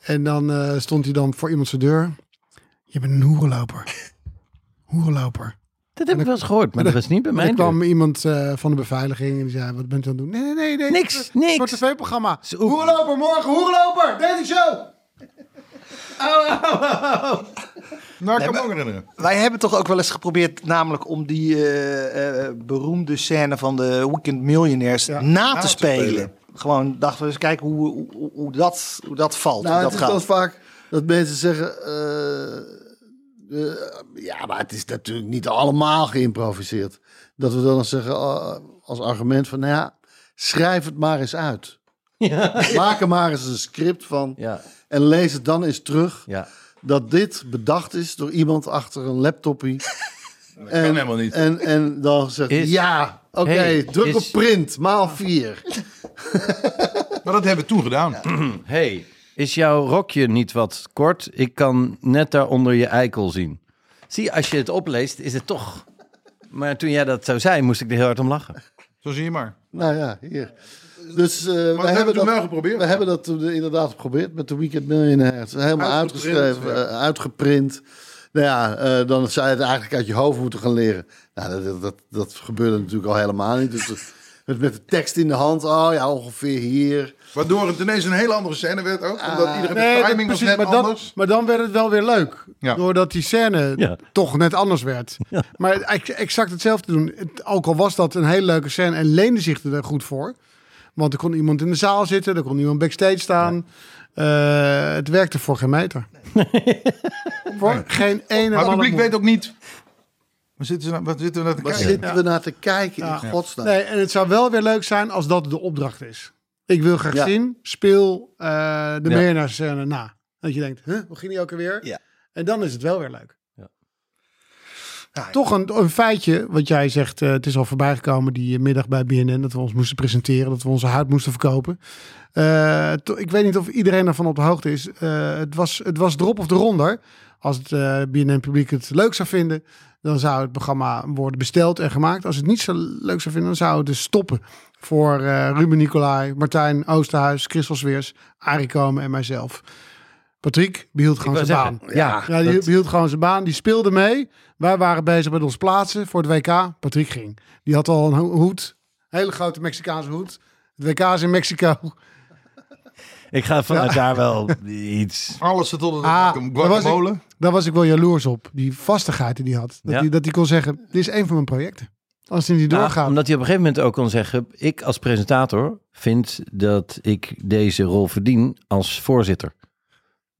Speaker 2: En dan eh, stond hij dan voor iemand zijn deur. Je bent een hoerenloper. Hoerenloper.
Speaker 3: Dat heb ik wel eens gehoord, maar dat was niet bij
Speaker 2: Maar
Speaker 3: mij.
Speaker 2: er kwam iemand eh, van de beveiliging en die zei, wat bent u aan het doen? Nee, nee, nee. nee
Speaker 3: Niks,
Speaker 2: het
Speaker 3: niks.
Speaker 2: Voor tv-programma.
Speaker 3: Hoerloper,
Speaker 2: morgen, hoerenloper, deze show.
Speaker 5: Nou, ik kan me ook herinneren.
Speaker 4: Wij hebben toch ook wel eens geprobeerd, namelijk om die eh, eh, beroemde scène van de Weekend Millionaires
Speaker 2: Ja,
Speaker 4: na, te,
Speaker 5: te
Speaker 4: spelen.
Speaker 5: spelen.
Speaker 4: Gewoon dachten we eens kijken hoe, hoe, hoe- hoe dat, hoe dat valt.
Speaker 1: Nou,
Speaker 4: hoe dat
Speaker 1: het is
Speaker 4: gaat.
Speaker 1: dan vaak dat mensen zeggen... eh, eh, ja, maar het is natuurlijk niet allemaal geïmproviseerd. Dat we dan zeggen ah, als argument van... Nou ja, schrijf het maar eens
Speaker 3: *laughs*
Speaker 1: uit. Maak er maar eens een script van.
Speaker 3: Ja,
Speaker 1: En lees het dan eens terug.
Speaker 3: ja.
Speaker 1: Dat dit bedacht is door iemand achter een laptopie.
Speaker 5: Dat
Speaker 1: En-
Speaker 5: kan helemaal niet.
Speaker 1: En, en dan zegt hij,
Speaker 3: Is-
Speaker 1: ja, oké,
Speaker 3: Hey,
Speaker 1: druk
Speaker 3: is-
Speaker 1: op print, maal vier.
Speaker 5: Maar dat hebben we toen gedaan.
Speaker 3: hey, is jouw rokje niet wat kort? Ik kan net daaronder je eikel zien. Zie, als je het opleest, is het toch. Maar toen jij dat zou zijn, moest ik er heel hard om lachen.
Speaker 5: Zo zie je maar.
Speaker 1: Nou ja, hier. Dus eh, we,
Speaker 5: hebben we
Speaker 1: hebben
Speaker 5: toen
Speaker 1: dat,
Speaker 5: wel geprobeerd.
Speaker 1: we hebben dat toen inderdaad geprobeerd met de Weekend Millionaires. Helemaal
Speaker 5: Uitgeprint,
Speaker 1: uitgeschreven,
Speaker 5: ja.
Speaker 1: eh, uitgeprint. Nou ja, eh, dan zou je het eigenlijk uit je hoofd moeten gaan leren. Nou, dat- dat, dat, dat gebeurde natuurlijk al helemaal niet. Dus het- het met de tekst in de hand, oh ja, ongeveer hier.
Speaker 5: Waardoor het ineens een hele andere scène werd ook. Omdat iedereen
Speaker 2: Nee,
Speaker 5: de
Speaker 2: dat-
Speaker 5: timing
Speaker 2: precies,
Speaker 5: was net
Speaker 2: maar, dan,
Speaker 5: anders.
Speaker 2: maar dan werd het wel weer leuk.
Speaker 5: Ja.
Speaker 2: Doordat die scène
Speaker 3: Ja.
Speaker 2: toch net anders werd.
Speaker 3: *laughs* Ja.
Speaker 2: Maar ex- exact hetzelfde doen. Het- Ook al was dat een hele leuke scène en leende zich er goed voor. Want er kon iemand in de zaal zitten, er kon iemand backstage staan. Eh, het werkte voor geen meter. voor geen ene
Speaker 5: Maar het
Speaker 2: malle
Speaker 5: publiek
Speaker 2: moe.
Speaker 5: weet ook niet. Waar zitten, ze nou- wat zitten we naar te
Speaker 1: Waar
Speaker 5: kijken?
Speaker 1: zitten we naar te kijken, in godsnaam?
Speaker 2: Nee, en het zou wel weer leuk zijn als dat de opdracht is. Ik wil graag
Speaker 1: Ja.
Speaker 2: zien, speel eh, de
Speaker 3: Ja.
Speaker 2: ja. scène na. Dat je denkt, huh, begin die ook alweer?
Speaker 4: Ja.
Speaker 2: En dan is het wel weer leuk.
Speaker 3: Ja.
Speaker 4: Ja,
Speaker 2: Toch een, een feitje, wat jij zegt, eh, het is al voorbijgekomen die middag bij BNN, dat we ons moesten presenteren, dat we onze huid moesten verkopen. Eh, to- ik weet niet of iedereen daarvan op de hoogte is. Eh, het, was, het was erop of eronder. Als het eh BNN-publiek het leuk zou vinden, dan zou het programma worden besteld en gemaakt. Als het niet zo leuk zou vinden, dan zou het dus stoppen. Voor eh, Ruben Nicolai, Martijn Oosterhuis, Christel Weers, Arie Komen en mijzelf. Patrick behield
Speaker 3: Ik
Speaker 2: gewoon
Speaker 3: wou
Speaker 2: zijn baan.
Speaker 3: zeggen, ja,
Speaker 2: Ja, die
Speaker 3: dat-
Speaker 2: hield gewoon zijn baan. Die speelde mee. Wij waren bezig met ons plaatsen voor het WK. Patrick ging. Die had al een ho- hoed. Hele grote Mexicaanse hoed. Het WK is in Mexico.
Speaker 3: ik ga vanuit daar
Speaker 2: *laughs*
Speaker 3: wel iets.
Speaker 5: Alles tot het
Speaker 2: Ah,
Speaker 5: guac-
Speaker 2: daar was ik-
Speaker 5: guacamole.
Speaker 2: Daar was ik wel jaloers op. Die vastigheid die hij had. Dat
Speaker 3: Ja.
Speaker 2: hij dat die kon zeggen, dit is één van mijn projecten. Als hij niet
Speaker 3: Nou,
Speaker 2: doorgaat.
Speaker 3: omdat hij op een gegeven moment ook kan zeggen: ik als presentator vind dat ik deze rol verdien als voorzitter.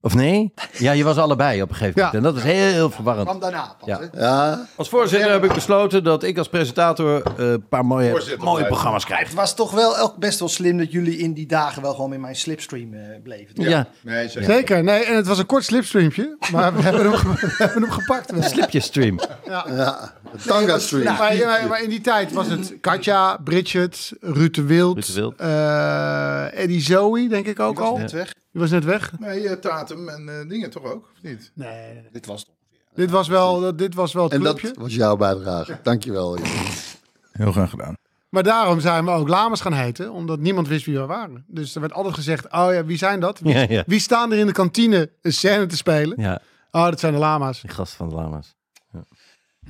Speaker 3: Of nee? Ja, je was allebei op een gegeven moment.
Speaker 2: Ja.
Speaker 3: En dat is heel, heel verwarrend.
Speaker 4: kwam daarna pas.
Speaker 3: Ja.
Speaker 4: hè?
Speaker 1: Ja,
Speaker 3: Als voorzitter heb ik besloten dat ik als presentator eh, een paar mooie,
Speaker 5: Voorzitter
Speaker 3: mooie
Speaker 5: blijven.
Speaker 3: programma's krijg.
Speaker 4: Het was toch wel ook best wel slim dat jullie in die dagen wel gewoon in mijn slipstream eh, bleven.
Speaker 3: Ja,
Speaker 5: Nee, zeker.
Speaker 2: Zeker. Nee, en het was een kort slipstreampje. Maar we *laughs* hebben hem, ge- we hebben hem gepakt. wel.
Speaker 3: slipje stream.
Speaker 1: ja. Tanga Street.
Speaker 2: Maar, maar- maar in die tijd was het Katja, Bridget, Ruud de Wild,
Speaker 3: Ruud de Wild.
Speaker 2: eh, Eddie Zoe, denk ik ook al.
Speaker 4: Net weg.
Speaker 2: Die was net weg.
Speaker 5: Nee, eh, Tatum en eh, dingen toch ook? Of niet?
Speaker 2: Nee,
Speaker 6: Dit was het.
Speaker 2: dit was wel, dit was wel het
Speaker 1: En dat
Speaker 2: clubje.
Speaker 1: was jouw bijdrage. Dankjewel. Jeroen.
Speaker 5: Heel graag gedaan.
Speaker 2: Maar daarom zijn we ook Lamas gaan heten, omdat niemand wist wie we waren. Dus er werd altijd gezegd, oh ja, wie zijn dat? Wie,
Speaker 3: Ja, ja.
Speaker 2: wie staan er in de kantine een scène te spelen?
Speaker 3: Ja,
Speaker 2: Oh, dat zijn de Lama's.
Speaker 3: die gast van de Lama's.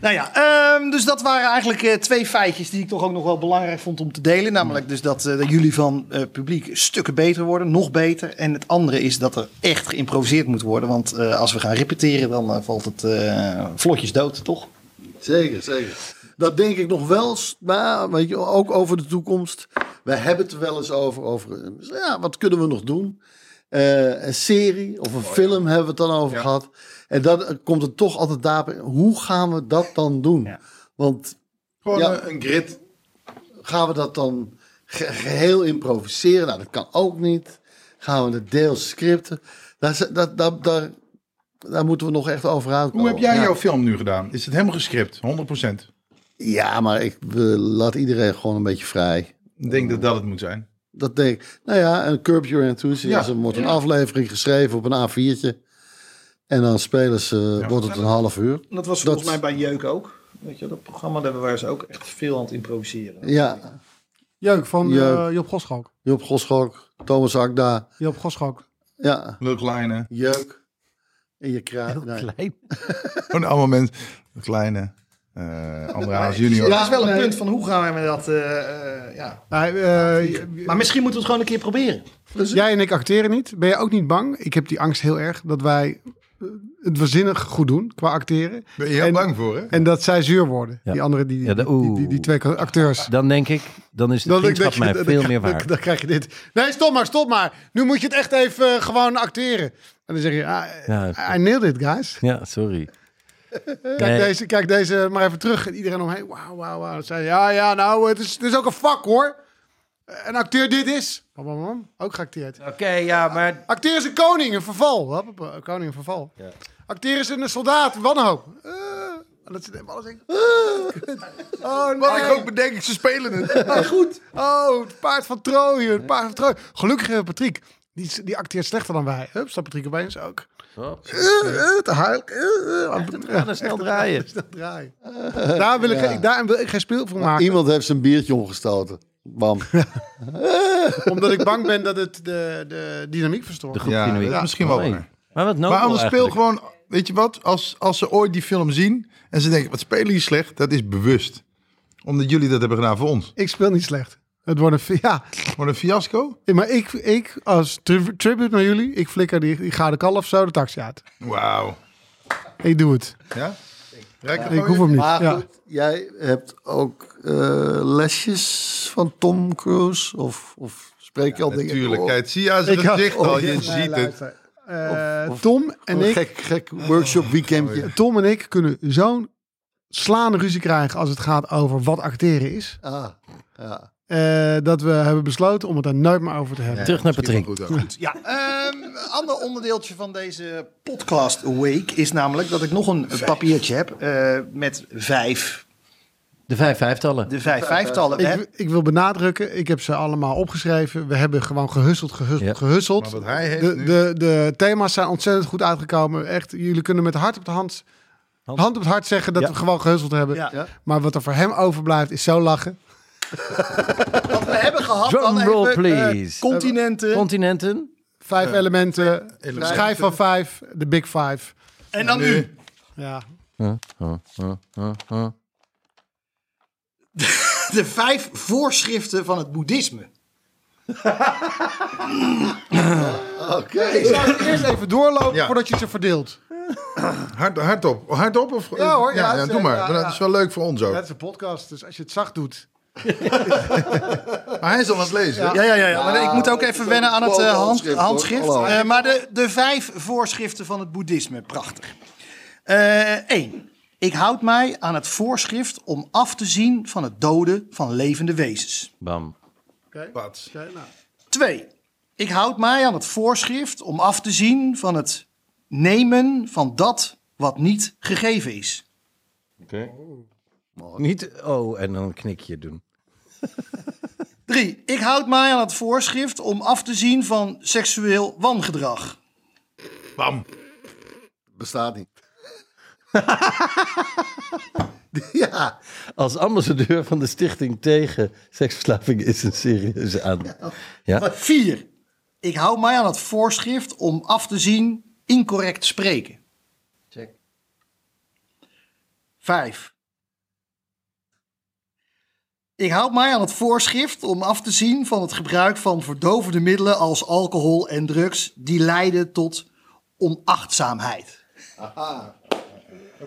Speaker 4: Nou ja, ehm, dus dat waren eigenlijk eh, twee feitjes die ik toch ook nog wel belangrijk vond om te delen. Namelijk dus dat, eh, dat jullie van eh, publiek stukken beter worden, nog beter. En het andere is dat er echt geïmproviseerd moet worden. Want eh, als we gaan repeteren, dan eh, valt het eh, vlotjes dood, toch?
Speaker 1: Zeker, zeker. Dat denk ik nog wel, s- maar weet je, ook over de toekomst. We hebben het er wel eens over, over eh, ja, wat kunnen we nog doen? Eh, een serie
Speaker 5: Oh,
Speaker 1: of een film hebben we het dan over gehad. En dan eh, komt het toch altijd daarop in, hoe gaan we dat dan doen? Want
Speaker 5: Gewoon
Speaker 1: Ja.
Speaker 5: eh, een grid.
Speaker 1: gaan we dat dan ge- geheel improviseren? Nou, dat kan ook niet. Gaan we het deels scripten? Daar, z- dat, dat, daar, daar moeten we nog echt over uitkomen.
Speaker 5: Hoe heb jij
Speaker 1: Ja.
Speaker 5: jouw film nu gedaan? Is het helemaal gescript? 100%.
Speaker 1: Ja, maar ik eh, laat iedereen gewoon een beetje vrij.
Speaker 5: Ik denk dat dat het moet zijn.
Speaker 1: Dat denk ik. Nou ja, een Curb Your Enthusiasm
Speaker 5: Ja.
Speaker 1: wordt een aflevering geschreven op een A4'tje. En dan spelen ze, wordt het een half uur.
Speaker 4: Dat was
Speaker 1: volgens Dat-
Speaker 4: mij bij Jeuk ook. Weet je, dat programma daar waren ze ook echt veel aan het improviseren.
Speaker 1: Ja,
Speaker 2: Jeuk van eh,
Speaker 1: Jeuk.
Speaker 2: Job Goschalk.
Speaker 1: Job Goschalk, Thomas Akda.
Speaker 2: Job Goschalk.
Speaker 1: Ja,
Speaker 5: Leuk lijnen.
Speaker 1: jeuk. In je kraag. Nee.
Speaker 5: *laughs* Gewoon allemaal mensen. Kleine. eh *laughs* Andreas junior.
Speaker 4: dat is wel een
Speaker 2: nee.
Speaker 4: punt van hoe gaan we dat... eh, eh, ja.
Speaker 2: Nou, eh, j-
Speaker 4: Maar misschien moeten we het gewoon een keer proberen.
Speaker 2: jij en ik acteren niet. Ben je ook niet bang? Ik heb die angst heel erg dat wij eh, het waanzinnig goed doen qua acteren.
Speaker 5: Ben je heel
Speaker 2: En-
Speaker 5: bang voor, hè?
Speaker 2: En dat zij zuur worden.
Speaker 3: Ja.
Speaker 2: Die andere, die,
Speaker 3: Ja, de-
Speaker 2: die, die,
Speaker 3: oeh.
Speaker 2: die twee acteurs.
Speaker 3: Dan denk ik, dan is de
Speaker 2: Dan
Speaker 3: vriendschap
Speaker 2: denk
Speaker 3: mij
Speaker 2: je- *laughs*
Speaker 3: veel meer
Speaker 2: dan-
Speaker 3: waard.
Speaker 2: Dan krijg je dit. Nee, stop maar, stop maar. Nu moet je het echt even eh, gewoon acteren. En dan zeg je, ah,
Speaker 3: Ja.
Speaker 2: I nailed it, guys.
Speaker 3: Ja, sorry.
Speaker 2: Kijk,
Speaker 3: Nee.
Speaker 2: deze, kijk deze maar even terug. En iedereen omheen. Wauw, wauw, wauw. Dan zei hij, ja, ja, nou, het is, het is ook een vak, hoor. Eh, Een acteur dit is. Bam, bam, bam. Ook geacteerd.
Speaker 3: Oké, ja, maar...
Speaker 2: Acteur is een koning, een verval. Hup, hup, hup, Koning, een verval. Acteur is een soldaat, een wanhoop. Eh, en dat ze helemaal alles denken. eh, oh, nee.
Speaker 5: Wat ik ook bedenk, ze spelen het.
Speaker 2: Maar goed. Oh, het paard van Troje. Het paard van Troje. Gelukkig hebben we Patrick. Die, die acteert slechter dan wij. Hup, staat Patrick opeens ook.
Speaker 1: Oh,
Speaker 2: Eh, eh, te huil.
Speaker 1: *laughs*
Speaker 3: Ga dan snel draaien.
Speaker 2: Dat draai. Daar wil ik, geen- daar wil ik geen speel voor maken.
Speaker 1: Iemand heeft zijn biertje omgestoten. Bam.
Speaker 2: Omdat ik bang ben dat het de, de dynamiek verstoort.
Speaker 3: De groep
Speaker 5: Ja, dat
Speaker 3: dynamiek.
Speaker 5: is misschien wel
Speaker 3: Nee.
Speaker 5: waar.
Speaker 3: Maar wat nou
Speaker 5: Maar anders speel gewoon, weet je wat, als, als ze ooit die film zien en ze denken, wat spelen hier slecht, dat is bewust. Omdat jullie dat hebben gedaan voor ons.
Speaker 2: ik speel niet slecht. Het wordt een... fi- Ja,
Speaker 5: Gewoon een fiasco?
Speaker 2: maar ik, ik als tri- tribute naar jullie, ik flikker die, die gade kalf zo de taxi uit.
Speaker 5: Wauw.
Speaker 2: Ik doe het.
Speaker 5: Ja?
Speaker 2: Ik hoef hem niet.
Speaker 1: Maar
Speaker 2: Ja.
Speaker 1: goed, jij hebt ook eh, lesjes van Tom Cruise? Of, of spreek je al dingen?
Speaker 5: Natuurlijk,
Speaker 1: oh,
Speaker 5: kijk, zie je aan zijn
Speaker 2: Ik Oh, had-
Speaker 5: gezicht al, je
Speaker 2: Nee,
Speaker 5: ziet het.
Speaker 2: luister. Eh,
Speaker 1: Of- of-
Speaker 2: Tom en
Speaker 1: een
Speaker 2: ik
Speaker 1: gek, gek workshop weekendje.
Speaker 2: Tom en ik kunnen zo'n slaande ruzie krijgen als het gaat over wat acteren is.
Speaker 1: Ah, ja.
Speaker 2: eh, dat we hebben besloten om het daar nooit meer over te hebben.
Speaker 3: Terug naar Patrick.
Speaker 5: Goed ook.
Speaker 4: Ja, ehm, ander onderdeeltje van deze podcast week is namelijk dat ik nog een papiertje heb eh, met vijf,
Speaker 3: De vijf vijftallen.
Speaker 4: de vijf vijftallen. hè?
Speaker 2: Ik, ik wil benadrukken, ik heb ze allemaal opgeschreven. We hebben gewoon gehusteld, gehusteld,
Speaker 3: Ja.
Speaker 5: Maar
Speaker 2: gehusteld.
Speaker 5: wat hij heeft
Speaker 2: De,
Speaker 5: nu-
Speaker 2: de, de thema's zijn ontzettend goed uitgekomen. Echt, jullie kunnen met hart op de hand,
Speaker 3: Hand.
Speaker 2: hand op het hart zeggen dat
Speaker 3: Ja.
Speaker 2: we gewoon gehusteld hebben.
Speaker 4: Ja. Ja.
Speaker 2: Maar wat er voor hem overblijft is zo lachen.
Speaker 4: Wat we hebben gehad dan
Speaker 3: Drumroll,
Speaker 4: even, eh,
Speaker 3: please.
Speaker 4: continenten.
Speaker 3: Continenten.
Speaker 2: Vijf elementen, schijf van vijf, de big five.
Speaker 4: en dan nu.
Speaker 2: Ja.
Speaker 4: De vijf voorschriften van het boeddhisme.
Speaker 1: Oké.
Speaker 2: Ik zou het eerst even doorlopen
Speaker 5: Ja.
Speaker 2: voordat je ze verdeelt.
Speaker 5: Hard, hard op. Hard op? Of,
Speaker 2: Ja hoor, ja,
Speaker 5: ja, doe maar.
Speaker 2: ja,
Speaker 5: Maar Dat is wel leuk voor ons ook.
Speaker 2: Dat is een podcast, dus als je het zacht doet.
Speaker 5: Maar hij is al aan het lezen. hè?
Speaker 4: Ja, ja, ja, ja. Maar ik moet ook
Speaker 1: dat
Speaker 4: even
Speaker 1: is
Speaker 4: wennen
Speaker 1: ook
Speaker 4: aan het
Speaker 1: een
Speaker 4: eh, hand-
Speaker 1: handschrift, hoor.
Speaker 4: handschrift.
Speaker 1: Hallo.
Speaker 4: Eh, maar de, de vijf voorschriften van het boeddhisme, prachtig. Eén. ik houd mij aan het voorschrift om af te zien van het doden van levende wezens.
Speaker 3: Bam.
Speaker 5: Wat?
Speaker 4: Twee. Ik houd mij aan het voorschrift om af te zien van het nemen van dat wat niet gegeven is.
Speaker 3: Niet, oh, en dan een knikje doen.
Speaker 4: 3. Ik houd mij aan het voorschrift om af te zien van seksueel wangedrag.
Speaker 5: Bam.
Speaker 1: Bestaat niet. *laughs* ja.
Speaker 3: Als ambassadeur van de stichting tegen seksverslaving is een serieuze aan. Ja,
Speaker 4: 4. Ik houd mij aan het voorschrift om af te zien incorrect spreken. Check. Vijf. Ik houd mij aan het voorschrift om af te zien van het gebruik van verdovende middelen als alcohol en drugs die leiden tot onachtzaamheid.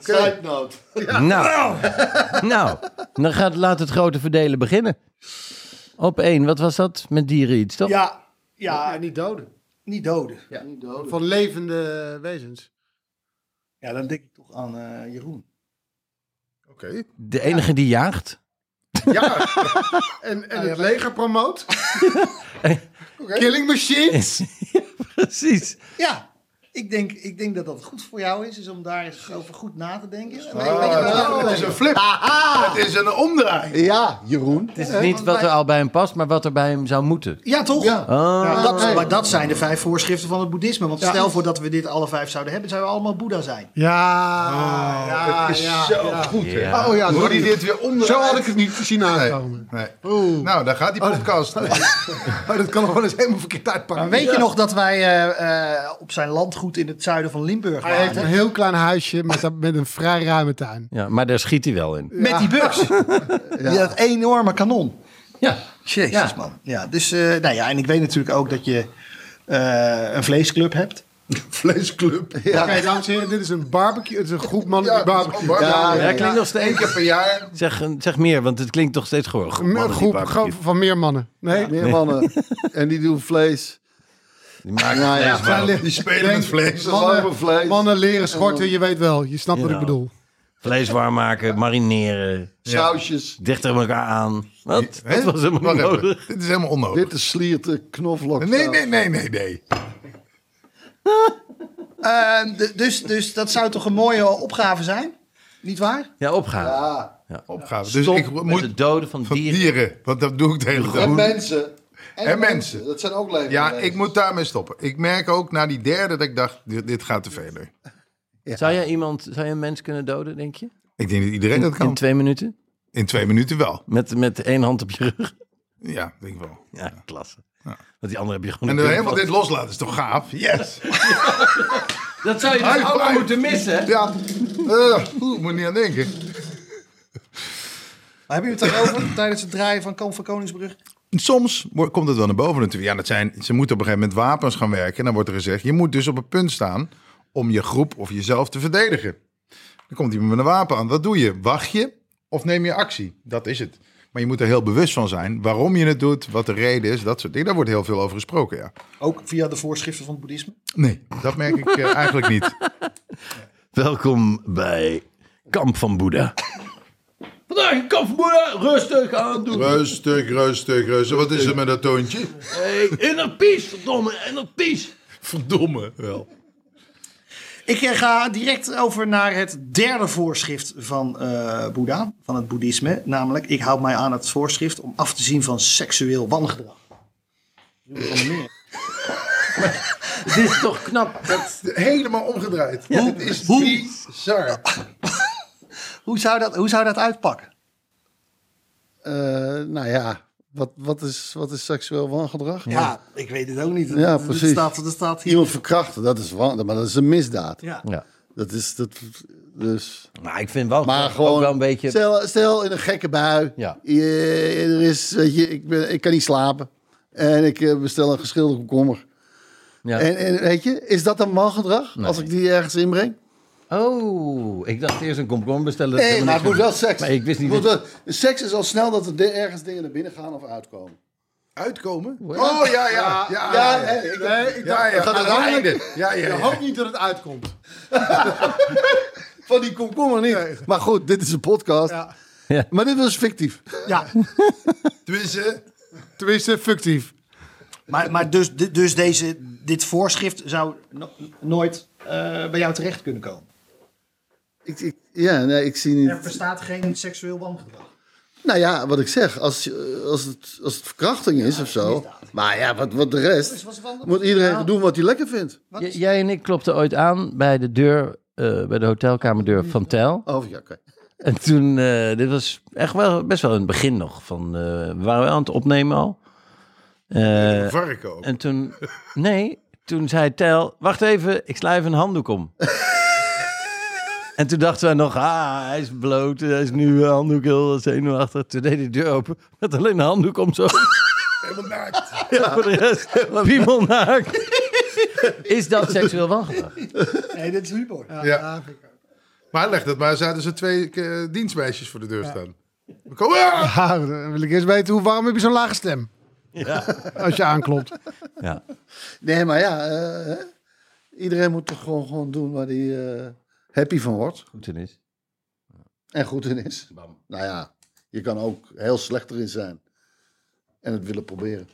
Speaker 1: Side note.
Speaker 3: Nou, nou, dan gaat, laat het grote verdelen beginnen. Op één, wat was dat? Met dieren iets, toch?
Speaker 4: Ja, ja,
Speaker 2: Ja, niet doden.
Speaker 4: niet doden. Ja,
Speaker 2: Van levende wezens.
Speaker 4: ja dan denk ik toch aan eh, Jeroen.
Speaker 5: Oké.
Speaker 3: De enige die jaagt.
Speaker 2: Ja. en en het leger *laughs* promoot. Killing machines.
Speaker 3: Precies.
Speaker 4: Ja, ik denk, ik denk dat dat goed voor jou is, is om daar eens over goed na te denken. Nee, weet je wel.
Speaker 5: Ah, het is een flip. Het is een omdraai.
Speaker 1: Ja, Jeroen.
Speaker 3: Het
Speaker 5: Eh,
Speaker 3: is niet wat er al bij hem past, maar wat er bij hem zou moeten.
Speaker 4: Ja, toch?
Speaker 3: Ah,
Speaker 4: Ja, dat, maar dat zijn de vijf voorschriften van het boeddhisme. Want stel voor dat we dit alle vijf zouden hebben, zouden we allemaal Boeddha zijn.
Speaker 2: Ja.
Speaker 5: Ja, het is zo goed. hè.
Speaker 3: ja.
Speaker 2: Oh ja,
Speaker 5: Hoe
Speaker 2: sorry.
Speaker 5: die dit weer omdraait.
Speaker 2: Zo had ik het niet zien
Speaker 5: Nee.
Speaker 2: aankomen.
Speaker 5: Nee.
Speaker 2: Oeh.
Speaker 5: Nou, daar gaat die podcast.
Speaker 2: Oh, dat kan nog wel eens helemaal verkeerd uitpakken.
Speaker 4: Maar weet je nog dat wij eh, eh, op zijn landgoed in het zuiden van Limburg
Speaker 2: Hij heeft
Speaker 4: waren?
Speaker 2: een heel klein huisje met, een- met een vrij ruime tuin.
Speaker 3: Ja, maar daar schiet hij wel in.
Speaker 4: Met die
Speaker 2: *laughs*
Speaker 4: bugs. Ja. Dat enorme kanon.
Speaker 3: Ja.
Speaker 4: Jezus,
Speaker 3: Ja.
Speaker 4: man. Ja, dus, eh, nou ja, en ik weet natuurlijk ook dat je eh, een vleesclub
Speaker 2: *laughs*
Speaker 4: hebt.
Speaker 5: Vleesclub.
Speaker 2: Oké, dames en heren, dit is een barbecue. Het is een groep mannen die barbecue.
Speaker 5: Ja,
Speaker 3: Ja, klinkt nog
Speaker 5: Eén
Speaker 3: steeds.
Speaker 5: keer per jaar.
Speaker 3: Zeg, zeg meer, want het klinkt toch steeds gewoon.
Speaker 2: Een
Speaker 3: mannen die
Speaker 2: groep
Speaker 3: barbecue.
Speaker 2: gewoon van meer mannen. Nee,
Speaker 1: Meer mannen. en die doen vlees.
Speaker 3: Die maken
Speaker 1: Nou ja,
Speaker 3: vlees warm.
Speaker 5: Die spelen met vlees.
Speaker 1: warme vlees.
Speaker 2: mannen leren schorten, je weet wel. Je snapt wat
Speaker 3: Ja.
Speaker 2: ik bedoel.
Speaker 3: Vlees warm maken, marineren,
Speaker 1: Sausjes.
Speaker 3: dichter elkaar aan. Wat?
Speaker 5: Hè?
Speaker 3: Dat was helemaal
Speaker 5: Wacht
Speaker 3: niet
Speaker 5: even.
Speaker 3: nodig.
Speaker 5: Dit is helemaal onnodig.
Speaker 1: Dit is slierten, knoflook.
Speaker 5: Nee, nee, nee, nee, nee.
Speaker 4: Eh, d- dus, dus dat zou toch een mooie opgave zijn? Niet waar?
Speaker 3: Ja, opgaan.
Speaker 5: Opgave. Dus
Speaker 3: Stop
Speaker 5: ik
Speaker 3: met
Speaker 5: moet
Speaker 3: het doden van,
Speaker 5: van
Speaker 3: dieren.
Speaker 5: dieren. Want dat doe ik de hele
Speaker 1: En
Speaker 5: dag.
Speaker 1: mensen. En,
Speaker 5: mensen.
Speaker 1: Dat zijn ook levende
Speaker 5: Ja,
Speaker 1: wezens.
Speaker 5: ik moet daarmee stoppen. Ik merk ook na die derde dat ik dacht, dit, dit gaat te verder.
Speaker 3: Zou jij iemand, zou je een mens kunnen doden, denk je?
Speaker 5: Ik denk dat iedereen dat
Speaker 3: In
Speaker 5: kan.
Speaker 3: twee minuten?
Speaker 5: In twee minuten wel.
Speaker 3: Met, met één hand op je rug?
Speaker 5: Ja, denk ik wel.
Speaker 3: Ja, klasse. Want die andere heb je gewoon...
Speaker 5: En
Speaker 3: een
Speaker 5: dan
Speaker 3: punt van.
Speaker 5: helemaal dit loslaten is toch gaaf? Yes!
Speaker 3: Dat zou je dus
Speaker 5: High
Speaker 3: allemaal
Speaker 5: five.
Speaker 3: moeten missen. hè?
Speaker 5: Ja. Eh, oeh, moet niet aan denken.
Speaker 4: Maar hebben
Speaker 2: *coughs*
Speaker 4: jullie het daarover tijdens het draaien van Kamp van Koningsbrug?
Speaker 5: Soms wo- komt het wel naar boven natuurlijk. Ja, dat zijn, ze moeten op een gegeven moment wapens gaan werken. En dan wordt er gezegd, je moet dus op het punt staan om je groep of jezelf te verdedigen. Dan komt iemand met een wapen aan. Wat doe je? Wacht je of neem je actie? Dat is het. Maar je moet er heel bewust van zijn waarom je het doet, wat de reden is, dat soort dingen. Daar wordt heel veel over gesproken, ja.
Speaker 4: Ook via de voorschriften van het boeddhisme?
Speaker 5: Nee, dat merk ik eh, eigenlijk niet.
Speaker 3: Welkom bij Kamp van Boeddha. Vandaag Kamp van Boeddha, rustig aan doen.
Speaker 5: Rustig, rustig, rustig. Wat is er met dat toontje?
Speaker 3: Hey, inner peace, verdomme, inner peace.
Speaker 5: Verdomme wel.
Speaker 4: Ik eh, ga direct over naar het derde voorschrift van eh, Boeddha, van het boeddhisme. Namelijk, ik houd mij aan het voorschrift om af te zien van seksueel wangedrag.
Speaker 3: Dit is toch knap.
Speaker 5: Helemaal omgedraaid. Dit is bizar.
Speaker 4: Hoe zou dat, hoe zou dat uitpakken?
Speaker 1: Eh, nou ja, wat, wat, is, wat is seksueel wangedrag?
Speaker 4: Ja, ik weet het ook niet.
Speaker 1: Ja, precies.
Speaker 4: Dat staat, dat staat hier.
Speaker 1: Iemand verkrachten, dat is, wan- maar dat is een misdaad.
Speaker 4: Ja.
Speaker 3: Ja.
Speaker 1: Dat is, dat, dus.
Speaker 3: Maar ik vind wel,
Speaker 1: Maar
Speaker 3: ook
Speaker 1: gewoon,
Speaker 3: wel een beetje...
Speaker 1: stel, stel in een gekke bui,
Speaker 3: Ja.
Speaker 1: je, er is, weet je, ik, ben, ik kan niet slapen en ik eh, bestel een geschilderde komkommer.
Speaker 3: Ja.
Speaker 1: En, en weet je, is dat dan wangedrag als ik die ergens inbreng?
Speaker 3: Oh, ik dacht eerst een komkommer bestellen. dat
Speaker 1: Nee,
Speaker 3: helemaal
Speaker 1: maar het
Speaker 3: niks
Speaker 1: moet wel
Speaker 3: was.
Speaker 1: seks.
Speaker 3: Maar ik wist niet...
Speaker 1: Het
Speaker 3: dat-
Speaker 1: moet wel- seks is al snel dat er de- ergens dingen naar binnen gaan of uitkomen.
Speaker 5: Uitkomen? Oh ja, ja. Ja, ja.
Speaker 1: Ja, nee, ik-
Speaker 5: ja, ja.
Speaker 1: gaat
Speaker 5: Aan
Speaker 1: het
Speaker 5: het
Speaker 1: einde.
Speaker 5: einde. Ja, ja,
Speaker 2: Ik
Speaker 5: ja.
Speaker 2: hoop niet dat het
Speaker 5: *laughs*
Speaker 2: uitkomt.
Speaker 1: Van die komkommer niet. Maar goed, dit is een podcast.
Speaker 2: Ja.
Speaker 3: Ja.
Speaker 1: Maar dit was fictief.
Speaker 4: Ja,
Speaker 5: Tenminste,
Speaker 2: Tenminste, fictief.
Speaker 4: maar, maar dus, di- dus deze, dit voorschrift zou no- nooit eh, bij jou terecht kunnen komen.
Speaker 1: Ik, ik, ja, nee, ik zie
Speaker 4: Er
Speaker 1: niet.
Speaker 4: bestaat geen seksueel wangedrag.
Speaker 1: Nou ja, wat ik zeg, als, je- als, het, als het verkrachting is of zo. Maar ja, wat, wat de rest.
Speaker 4: was wel-
Speaker 1: Moet iedereen doen wat hij lekker vindt.
Speaker 3: J- jij en ik klopten ooit aan bij de deur, eh, bij de hotelkamerdeur van Tel.
Speaker 1: Of Oh, ja, oké.
Speaker 3: En toen, eh, dit was echt wel best wel in het begin nog. Van, eh, we waren wel aan het opnemen al. Eh,
Speaker 5: varken ook.
Speaker 3: en toen, nee, toen zei Tel, wacht even, ik sla even een handdoek om. En toen dachten wij nog, ah, hij is bloot. Hij is nu eh, handdoek heel zenuwachtig. Toen deed hij de deur open. Met alleen een handdoek om zo.
Speaker 6: Helemaal naakt.
Speaker 3: Ja. Voor de rest, piemel naakt. Is dat seksueel wangedrag?
Speaker 4: Nee, dit is humor.
Speaker 5: Ja. Maar leg dat maar eens uit als er twee eh, dienstmeisjes voor de deur staan. We komen... Ah!
Speaker 2: Ja, dan wil ik eerst weten, hoe, waarom heb je zo'n lage stem?
Speaker 3: Ja.
Speaker 2: *laughs* Als je aanklopt.
Speaker 3: ja.
Speaker 1: Nee, maar ja, eh, hè? iedereen moet toch gewoon, gewoon doen waar hij eh, happy van wordt
Speaker 3: Goed in is.
Speaker 1: en goed in is. Nou ja, je kan ook heel slecht erin zijn en het willen proberen.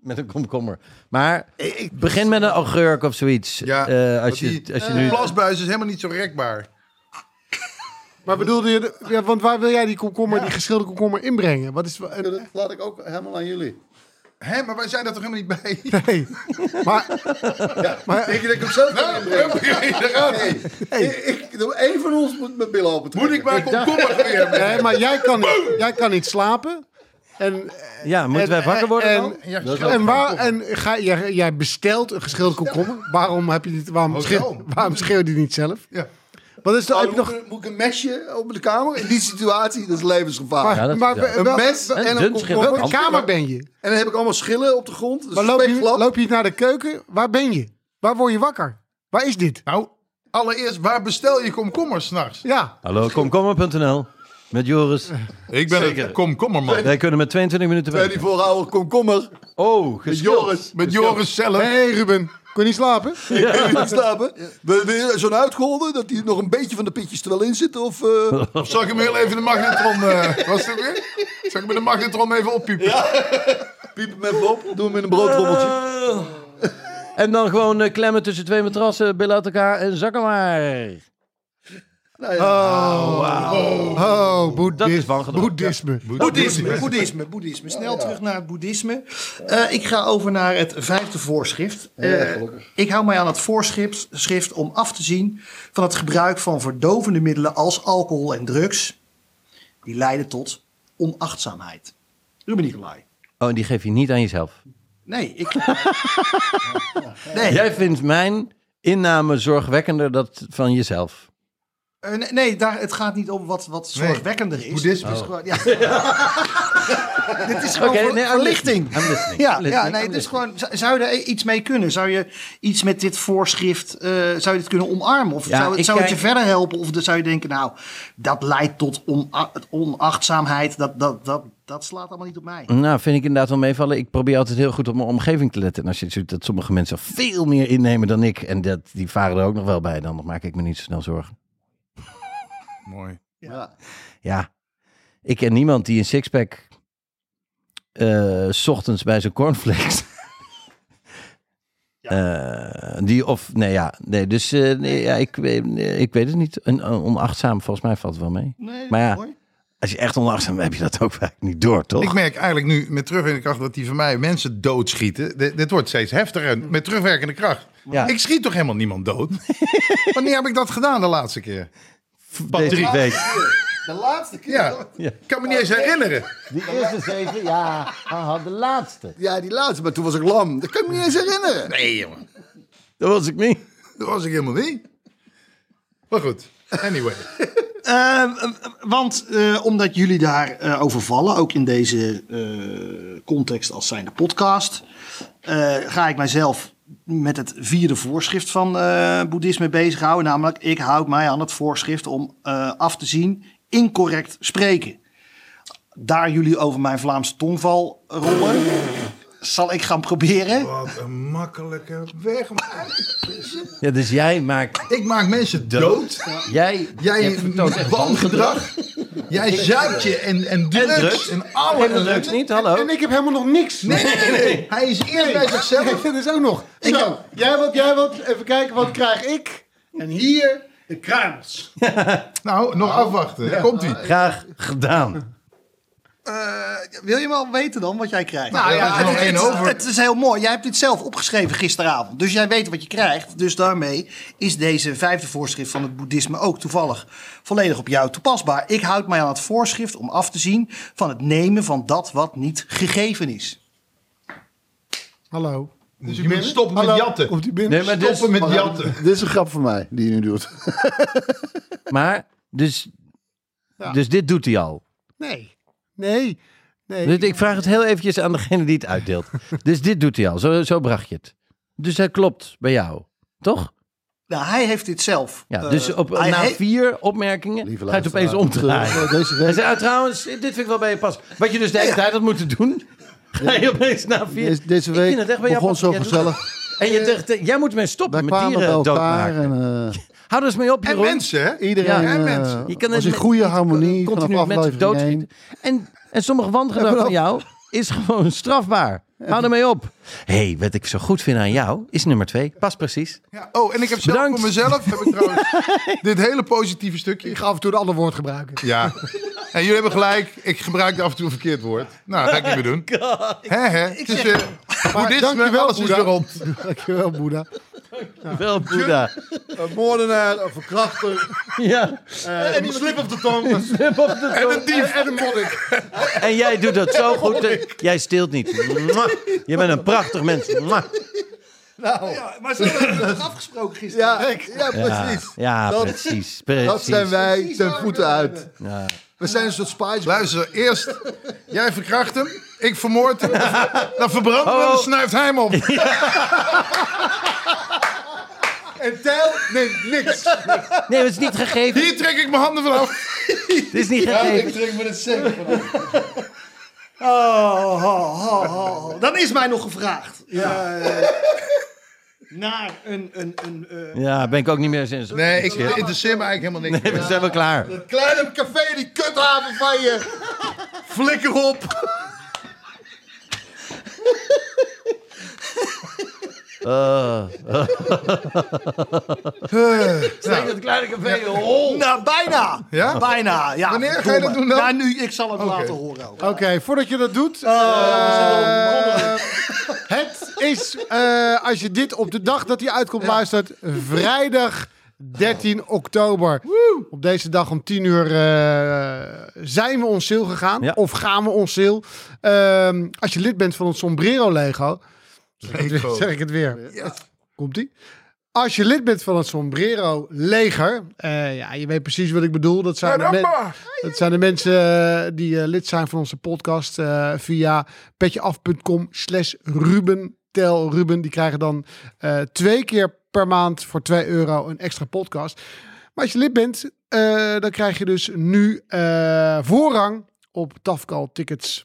Speaker 3: Met een komkommer. Maar begin met een augurk of zoiets.
Speaker 5: Ja,
Speaker 3: Eh,
Speaker 5: want
Speaker 3: als, je,
Speaker 5: die-
Speaker 3: als je
Speaker 5: De
Speaker 3: nu...
Speaker 5: plasbuis is helemaal niet zo rekbaar.
Speaker 2: Maar bedoelde je, de- ja, want waar wil jij die komkommer, die geschilde komkommer inbrengen? Wat is, eh,
Speaker 1: Ja, Dat laat ik ook helemaal aan jullie.
Speaker 5: Hé, maar wij zijn daar toch helemaal niet *laughs* bij?
Speaker 2: nee. Maar,
Speaker 1: Denk je dat ik hem zelf kan
Speaker 5: Nou,
Speaker 1: inbrengen?
Speaker 5: oké, daar gaat
Speaker 1: Nee,
Speaker 5: hij.
Speaker 1: ik, ik, één van ons moet mijn billen open
Speaker 5: Moet ik maar komkommer *laughs* weer hebben?
Speaker 2: nee, maar jij, kan, niet- jij kan niet slapen. En,
Speaker 3: Ja, moeten wij wakker worden
Speaker 2: en,
Speaker 3: dan?
Speaker 5: Ja,
Speaker 2: En, waar, en ga, jij, jij bestelt een geschilde komkommer. Waarom, heb je niet, waarom,
Speaker 5: Hotel.
Speaker 2: schreeuw, waarom schreeuw je die niet zelf?
Speaker 5: Ja.
Speaker 2: Wat is de, heb je nog,
Speaker 1: moet, ik, moet ik een mesje op de kamer? In die situatie, dat is levensgevaar.
Speaker 2: maar,
Speaker 3: Ja, dat-
Speaker 2: maar,
Speaker 3: ja.
Speaker 2: wel-
Speaker 1: een mes
Speaker 3: Een
Speaker 1: en
Speaker 3: dun
Speaker 1: een
Speaker 3: schil.
Speaker 1: komkommer.
Speaker 2: welke kamer ben je?
Speaker 1: En dan heb ik allemaal schillen op de grond. Dus
Speaker 2: Maar loop je,
Speaker 1: speeklap.
Speaker 2: loop je naar de keuken? Waar ben je? Waar word je wakker? Waar is dit?
Speaker 5: Nou, allereerst, waar bestel je komkommers s'nachts?
Speaker 2: Ja,
Speaker 3: Hallo, komkommer.nl. Met Joris.
Speaker 5: Ik ben een komkommerman.
Speaker 3: Wij kunnen met 22 minuten
Speaker 1: Bij
Speaker 3: weg.
Speaker 1: die vooroude komkommer.
Speaker 3: Oh, geschild.
Speaker 1: Joris.
Speaker 5: Met Joris zelf.
Speaker 2: hey Ruben, kon je niet slapen?
Speaker 1: Kun je niet slapen? We weer zo'n uitgeholden dat die nog een beetje van de pitjes er wel in zit? Of, eh,
Speaker 2: *laughs*
Speaker 5: Of zal ik hem heel even de magnetron... *laughs* eh, was dat weer? Zal ik hem de magnetron even oppiepen?
Speaker 1: piep hem even op, doe hem in een broodrommeltje.
Speaker 3: En dan gewoon eh, klemmen tussen twee matrassen, billen uit elkaar en zakken maar.
Speaker 1: Nou ja,
Speaker 2: Oh, boeddhis-
Speaker 3: Dat is wangedrag.
Speaker 2: boeddhisme.
Speaker 4: Boeddhisme, boeddhisme, boeddhisme. Snel terug naar het boeddhisme. Eh, ik ga over naar het vijfde voorschrift. Eh, ik hou mij aan het voorschrift schrift om af te zien van het gebruik van verdovende middelen als alcohol en drugs. Die leiden tot onachtzaamheid. Ruben Nicolai.
Speaker 3: Oh, en die geef je niet aan jezelf.
Speaker 4: Nee, ik... nee.
Speaker 3: Jij vindt mijn inname zorgwekkender dan van jezelf.
Speaker 4: Eh, nee, nee, daar, het gaat niet om wat, wat zorgwekkender is.
Speaker 5: boeddhisme.
Speaker 4: Het is gewoon, ja. Dit is gewoon ver-
Speaker 3: Oh. nee, I'm
Speaker 4: verlichting.
Speaker 3: listening. I'm listening.
Speaker 4: Ja,
Speaker 3: I'm
Speaker 4: ja
Speaker 3: listening,
Speaker 4: nee,
Speaker 3: I'm
Speaker 4: dus
Speaker 3: listening.
Speaker 4: gewoon, z- zou je er iets mee kunnen? Zou je iets met dit voorschrift, eh, zou je dit kunnen omarmen? Of
Speaker 3: Ja,
Speaker 4: zou,
Speaker 3: ik
Speaker 4: het, zou het je
Speaker 3: kijk-
Speaker 4: verder helpen? Of de- zou je denken, nou, dat leidt tot ona- onachtzaamheid. Dat, dat, dat, dat slaat allemaal niet op mij.
Speaker 3: Nou, vind ik inderdaad wel meevallen. Ik probeer altijd heel goed op mijn omgeving te letten. En als je ziet dat sommige mensen veel meer innemen dan ik... en dat, die varen er ook nog wel bij, dan maak ik me niet zo snel zorgen.
Speaker 5: Mooi.
Speaker 1: ja.
Speaker 3: Ja, ik ken niemand die een sixpack... eh, s ochtends bij zijn cornflakes... *laughs* Eh, die of, nee ja, nee, dus eh, nee, ja, ik, weet- nee, ik weet het niet. Een, een onachtzaam, volgens mij valt het wel mee.
Speaker 4: Nee,
Speaker 3: Maar ja,
Speaker 4: mooi.
Speaker 3: Als je echt onachtzaam bent, heb je dat ook vaak niet door, toch? *laughs*
Speaker 5: Ik merk eigenlijk nu met terugwerkende kracht dat die van mij mensen doodschieten. Dit, dit wordt steeds heftiger met terugwerkende kracht.
Speaker 3: Ja.
Speaker 5: Ik schiet toch helemaal niemand dood? *laughs* Wanneer heb ik dat gedaan de laatste keer?
Speaker 3: Deze week.
Speaker 1: De laatste keer.
Speaker 5: Ja,
Speaker 3: Ja.
Speaker 5: ik kan me niet eens herinneren.
Speaker 3: Die eerste zeven, ja, haha, de laatste.
Speaker 1: Ja, die laatste, maar toen was ik lam. Dat kan ik me niet eens herinneren.
Speaker 5: Nee, jongen.
Speaker 3: Dat was ik niet.
Speaker 5: Dat was ik helemaal niet. Maar goed, anyway.
Speaker 4: Eh, want eh, omdat jullie daar eh, over vallen, ook in deze eh, context als zijnde podcast, eh, ga ik mijzelf met het vierde voorschrift van eh, boeddhisme bezighouden. Namelijk, ik houd mij aan het voorschrift om eh, af te zien incorrect spreken. Daar jullie over mijn Vlaamse tongval rollen, zal ik gaan proberen.
Speaker 5: Wat een makkelijke weg.
Speaker 3: Ja, dus jij maakt...
Speaker 5: Ik maak mensen dood.
Speaker 3: Jij,
Speaker 5: Jij
Speaker 3: hebt vertoond echt
Speaker 5: wangedrag. Jij zuipt je en, en drugs. En,
Speaker 3: drugs.
Speaker 5: alle
Speaker 3: En drugs niet, hallo.
Speaker 2: En ik heb helemaal nog niks. Dus
Speaker 5: Nee, nee, nee. Hij is eerst bij zichzelf.
Speaker 2: dat is ook nog. Zo, jij wat, jij wat, even kijken, wat krijg ik? En hier de kruimels.
Speaker 5: Nou, nog afwachten. Daar komt hij.
Speaker 3: Graag gedaan.
Speaker 4: Eh, wil je wel weten dan wat jij krijgt?
Speaker 5: Nou ja, er is nog
Speaker 4: het,
Speaker 5: één
Speaker 4: het-
Speaker 5: over.
Speaker 4: het is heel mooi. Jij hebt dit zelf opgeschreven gisteravond. Dus jij weet wat je krijgt. Dus daarmee is deze vijfde voorschrift van het boeddhisme ook toevallig volledig op jou toepasbaar. Ik houd mij aan het voorschrift om af te zien van het nemen van dat wat niet gegeven is.
Speaker 2: Hallo.
Speaker 5: Dus je moet stoppen met
Speaker 2: Hallo,
Speaker 5: jatten.
Speaker 2: Komt u binnen?
Speaker 3: Nee, maar dus- dit is,
Speaker 5: Stoppen met
Speaker 1: Maar
Speaker 5: jatten.
Speaker 1: dit is een grap van mij die je nu doet.
Speaker 3: maar, dus,
Speaker 2: Ja.
Speaker 3: dus dit doet hij al.
Speaker 2: Nee. Nee. Nee.
Speaker 3: Dus ik vraag het heel eventjes aan degene die het
Speaker 5: *laughs*
Speaker 3: uitdeelt. dus dit doet hij al, zo, zo bracht je het. Dus hij klopt bij jou, toch?
Speaker 4: Nou, hij heeft dit zelf.
Speaker 3: Ja,
Speaker 4: Eh,
Speaker 3: dus op,
Speaker 4: hij
Speaker 3: na
Speaker 4: heeft-
Speaker 3: vier opmerkingen
Speaker 1: Lieve
Speaker 3: ga je het opeens
Speaker 1: luisteraar,
Speaker 3: omdraaien.
Speaker 1: eh, Deze
Speaker 3: Hij
Speaker 1: week,
Speaker 3: zei, ah, trouwens, dit vind ik wel bij je pas. Wat je dus de hele tijd had moeten doen, ga je opeens na vier...
Speaker 1: deze, deze
Speaker 3: Ik vind
Speaker 1: week
Speaker 3: het echt bij jou
Speaker 1: begon
Speaker 3: pas.
Speaker 1: zo
Speaker 3: Jij doet-
Speaker 1: gezellig.
Speaker 3: En je dacht, eh, jij moet mij
Speaker 1: Wij
Speaker 3: stoppen met
Speaker 1: kwamen bij
Speaker 3: dieren
Speaker 1: elkaar
Speaker 3: doodmaken.
Speaker 1: en eh,
Speaker 3: Hou er eens mee op,
Speaker 5: En
Speaker 3: Jeroen.
Speaker 5: mensen, hè?
Speaker 1: iedereen
Speaker 3: Ja, en
Speaker 1: eh,
Speaker 5: mensen.
Speaker 3: Je kan
Speaker 1: was
Speaker 3: het
Speaker 1: in
Speaker 3: me-
Speaker 1: goede
Speaker 3: niet
Speaker 1: harmonie
Speaker 3: continu
Speaker 1: vanaf
Speaker 3: mensen
Speaker 1: aflevering
Speaker 3: doodschieten.
Speaker 1: 1.
Speaker 3: En, en sommige wangedrag van jou is gewoon strafbaar. Hou ermee op. Hé, hey, wat ik zo goed vind aan jou is nummer twee. Pas precies.
Speaker 5: Ja. Oh, en ik heb zelf
Speaker 3: Bedankt.
Speaker 5: voor mezelf heb ik trouwens *laughs* dit hele positieve
Speaker 2: Ik
Speaker 5: stukje.
Speaker 2: ga af en toe een ander woord gebruiken.
Speaker 5: Ja. En jullie hebben gelijk. Ik gebruik af en toe een verkeerd woord. Nou, dat ga ik niet meer doen. *laughs* Hè, hè. Het is eh, boeddhisme,
Speaker 2: dankjewel,
Speaker 5: alles is
Speaker 2: Boeddha.
Speaker 5: weer rond.
Speaker 2: Dankjewel, Boeddha.
Speaker 3: Wel, Boeddha.
Speaker 1: Een moordenaar, een verkrachter.
Speaker 3: Ja,
Speaker 5: En *laughs* die slip op de tong.
Speaker 3: snip op de tong.
Speaker 5: En een monnik.
Speaker 3: En jij doet dat zo goed. eh, Jij steelt niet. Mwah. Je bent een prachtig mens. Mwah.
Speaker 6: Ja, maar ze hebben
Speaker 4: dus
Speaker 6: het afgesproken gisteren.
Speaker 1: Ja, ja,
Speaker 3: Ja,
Speaker 1: precies.
Speaker 3: ja
Speaker 1: Dat-
Speaker 3: precies.
Speaker 1: Dat zijn
Speaker 3: precies.
Speaker 1: wij ten voeten uit.
Speaker 3: Ja.
Speaker 1: We zijn een soort spies.
Speaker 5: Luister, eerst jij verkracht hem. Ik vermoord hem. Dan verbranden we hem,
Speaker 3: Oh.
Speaker 5: dan snuift hij hem op. *laughs*
Speaker 1: En Tel neemt niks.
Speaker 3: Nee, het is niet gegeven.
Speaker 5: Hier trek ik mijn handen vanaf.
Speaker 3: Het is niet gegeven.
Speaker 1: drink me het zeker van.
Speaker 4: Oh, oh, oh, oh. Dan is mij nog gevraagd. eh, naar een... een, een eh,
Speaker 3: Ja, ben ik ook niet meer sinds.
Speaker 5: Nee, ik interesseer me eigenlijk helemaal niks.
Speaker 3: Nee, *laughs* we zijn wel klaar.
Speaker 1: Kleine café, die kuthaven van je.
Speaker 4: flikker op.
Speaker 3: Eh,
Speaker 4: Steek het kleine café. Oh. Nou, bijna.
Speaker 5: Ja?
Speaker 4: Bijna, ja.
Speaker 5: Wanneer ga je dat doen dan?
Speaker 4: Ja, nu. Ik zal het laten horen. ook.
Speaker 2: Oké, voordat je dat doet. eh, *laughs* het is, eh, als je dit op de dag dat hij uitkomt luistert, vrijdag 13 oktober. Op deze dag om 10 uur eh, zijn we ons ziel gegaan.
Speaker 3: Ja.
Speaker 2: Of gaan we ons ziel. Ehm, als je lid bent van het Sombrero Lego,
Speaker 5: Lego.
Speaker 2: zeg ik het weer. Komt ie? Als je lid bent van het Sombrero Leger, eh, ja, je weet precies wat ik bedoel. Dat zijn, de, men- dat zijn de mensen eh, die eh, lid zijn van onze podcast eh, via petjeaf.com slash Ruben. Tel Ruben, die krijgen dan eh, twee keer per maand voor 2 euro een extra podcast. Maar als je lid bent, eh, dan krijg je dus nu eh, voorrang op Tafkal tickets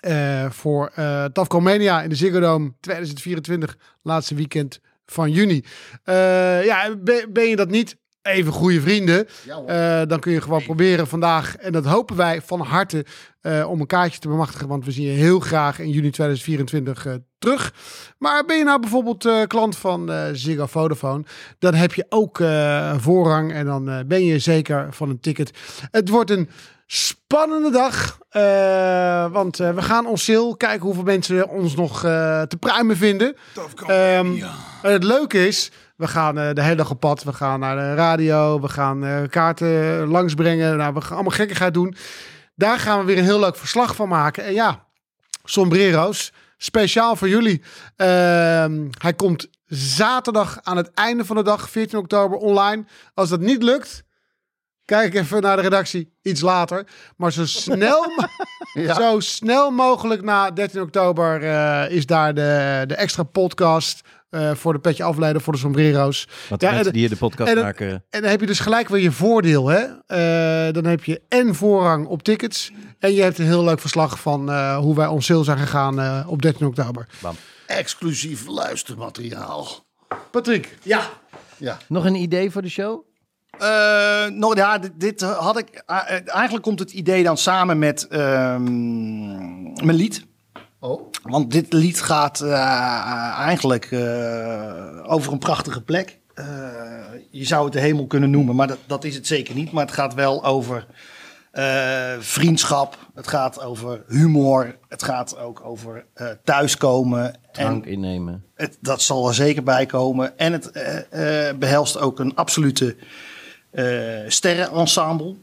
Speaker 2: eh, voor eh Tafkal Mania in de Ziggo Dome 2024, laatste weekend van juni. Eh, ja, ben, ben je dat niet? Even goede vrienden. Eh, dan kun je gewoon proberen vandaag. En dat hopen wij van harte eh, om een kaartje te bemachtigen. Want we zien je heel graag in juni 2024 eh, terug. Maar ben je nou bijvoorbeeld eh, klant van eh Ziggo Vodafone, dan heb je ook eh, voorrang en dan eh, ben je zeker van een ticket. Het wordt een spannende dag, eh, want eh, we gaan ons ziel kijken hoeveel mensen ons nog eh, te pruimen vinden. Ehm, en het leuke is, we gaan eh, de hele dag op pad, we gaan naar de radio, we gaan eh, kaarten langsbrengen, nou, we gaan allemaal gekkigheid doen. Daar gaan we weer een heel leuk verslag van maken. En ja, sombrero's. Speciaal voor jullie. Ehm, hij komt zaterdag aan het einde van de dag, 14 oktober, online. Als dat niet lukt, kijk even naar de redactie iets later. Maar zo snel, mo- zo snel mogelijk na 13 oktober eh, is daar de, de extra podcast eh, voor de petje afleiden voor de sombrero's.
Speaker 3: Want de
Speaker 2: Ja, en
Speaker 3: mensen
Speaker 2: de-
Speaker 3: die hier de podcast
Speaker 2: en de-
Speaker 3: maken.
Speaker 2: en dan heb je dus gelijk weer je voordeel. Hè? Eh, dan heb je en voorrang op tickets. En je hebt een heel leuk verslag van eh, hoe wij ons sale zijn gegaan eh, op 13 oktober.
Speaker 1: Exclusief luistermateriaal.
Speaker 2: Patrick.
Speaker 4: Ja.
Speaker 3: Nog een idee voor de show?
Speaker 4: Eh, nou ja, dit, dit had ik. eh, eh, eigenlijk komt het idee dan samen met ehm, mijn lied.
Speaker 1: Oh.
Speaker 4: Want dit lied gaat eh, eigenlijk eh, over een prachtige plek. Eh, je zou het de hemel kunnen noemen, maar dat, dat is het zeker niet. Maar het gaat wel over eh, vriendschap. Het gaat over humor. Het gaat ook over eh, thuiskomen. En
Speaker 3: Drank innemen.
Speaker 4: het, dat zal er zeker bij komen. En het eh, eh, behelst ook een absolute eh, sterrenensemble.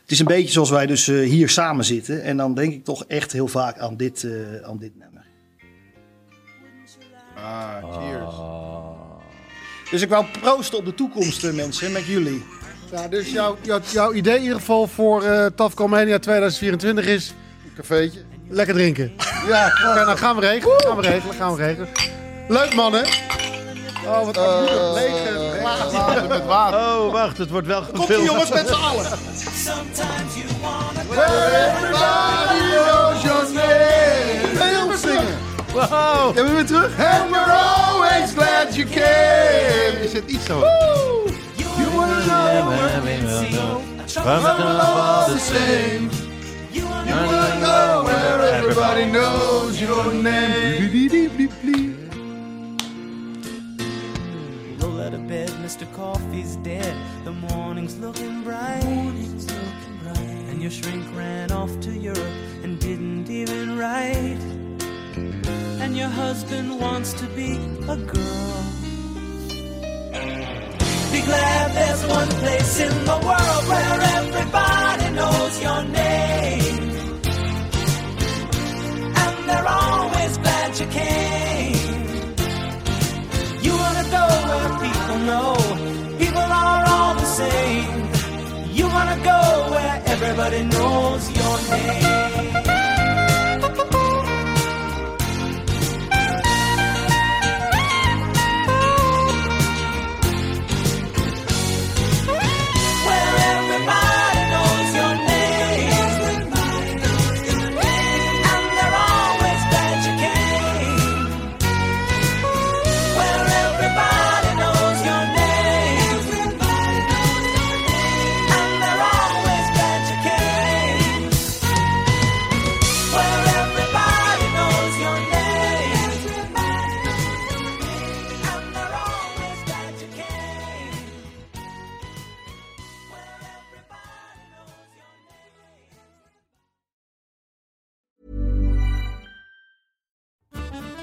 Speaker 4: Het is een beetje zoals wij dus eh, hier samen zitten. En dan denk ik toch echt heel vaak aan dit, eh, aan dit nummer.
Speaker 5: Oké. Ah, cheers.
Speaker 4: Dus ik wou proosten op de toekomst, eh, mensen, met jullie.
Speaker 2: Ja, dus jouw, jouw, jouw idee in ieder geval voor eh Tafco Mania 2024 is
Speaker 1: Cafeetje.
Speaker 2: lekker drinken. Ja, Oké, nou gaan we regelen, gaan we regelen, gaan we regelen. Leuk man, hè? Oh, wat uh, lege glazen.
Speaker 5: Met water.
Speaker 3: Oh, wacht, het wordt wel
Speaker 4: Komt die
Speaker 3: gefilmd.
Speaker 4: jongens met z'n allen.
Speaker 3: Wow.
Speaker 1: Hebben we weer terug?
Speaker 5: And we're always glad you came. Is het iets zo? Everybody knows your name.
Speaker 7: Roll out of bed, Mr. Coffee's dead. The morning's looking bright. And your shrink ran off to Europe and didn't even write. And your husband wants to be a girl. Be glad there's one place in the world where everybody knows your name. And they're always glad you came. You wanna go where people know people are all the same. You wanna go where everybody knows your name. Where everybody knows your name. And they're always glad you came where everybody knows your name. And they're always glad you came. Where everybody knows your name. And they're always glad you came. Where everybody knows your name.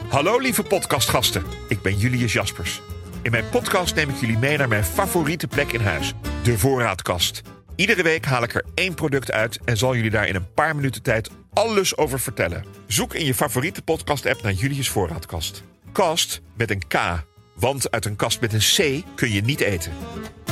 Speaker 8: Hallo lieve podcastgasten, ik ben Julius Jaspers. In mijn podcast neem ik jullie mee naar mijn favoriete plek in huis, de voorraadkast. Iedere week haal ik er één product uit en zal jullie daar in een paar minuten tijd alles over vertellen. Zoek in je favoriete podcast-app naar Julius Voorraadkast. Kast met een K, want uit een kast met een C kun je niet eten.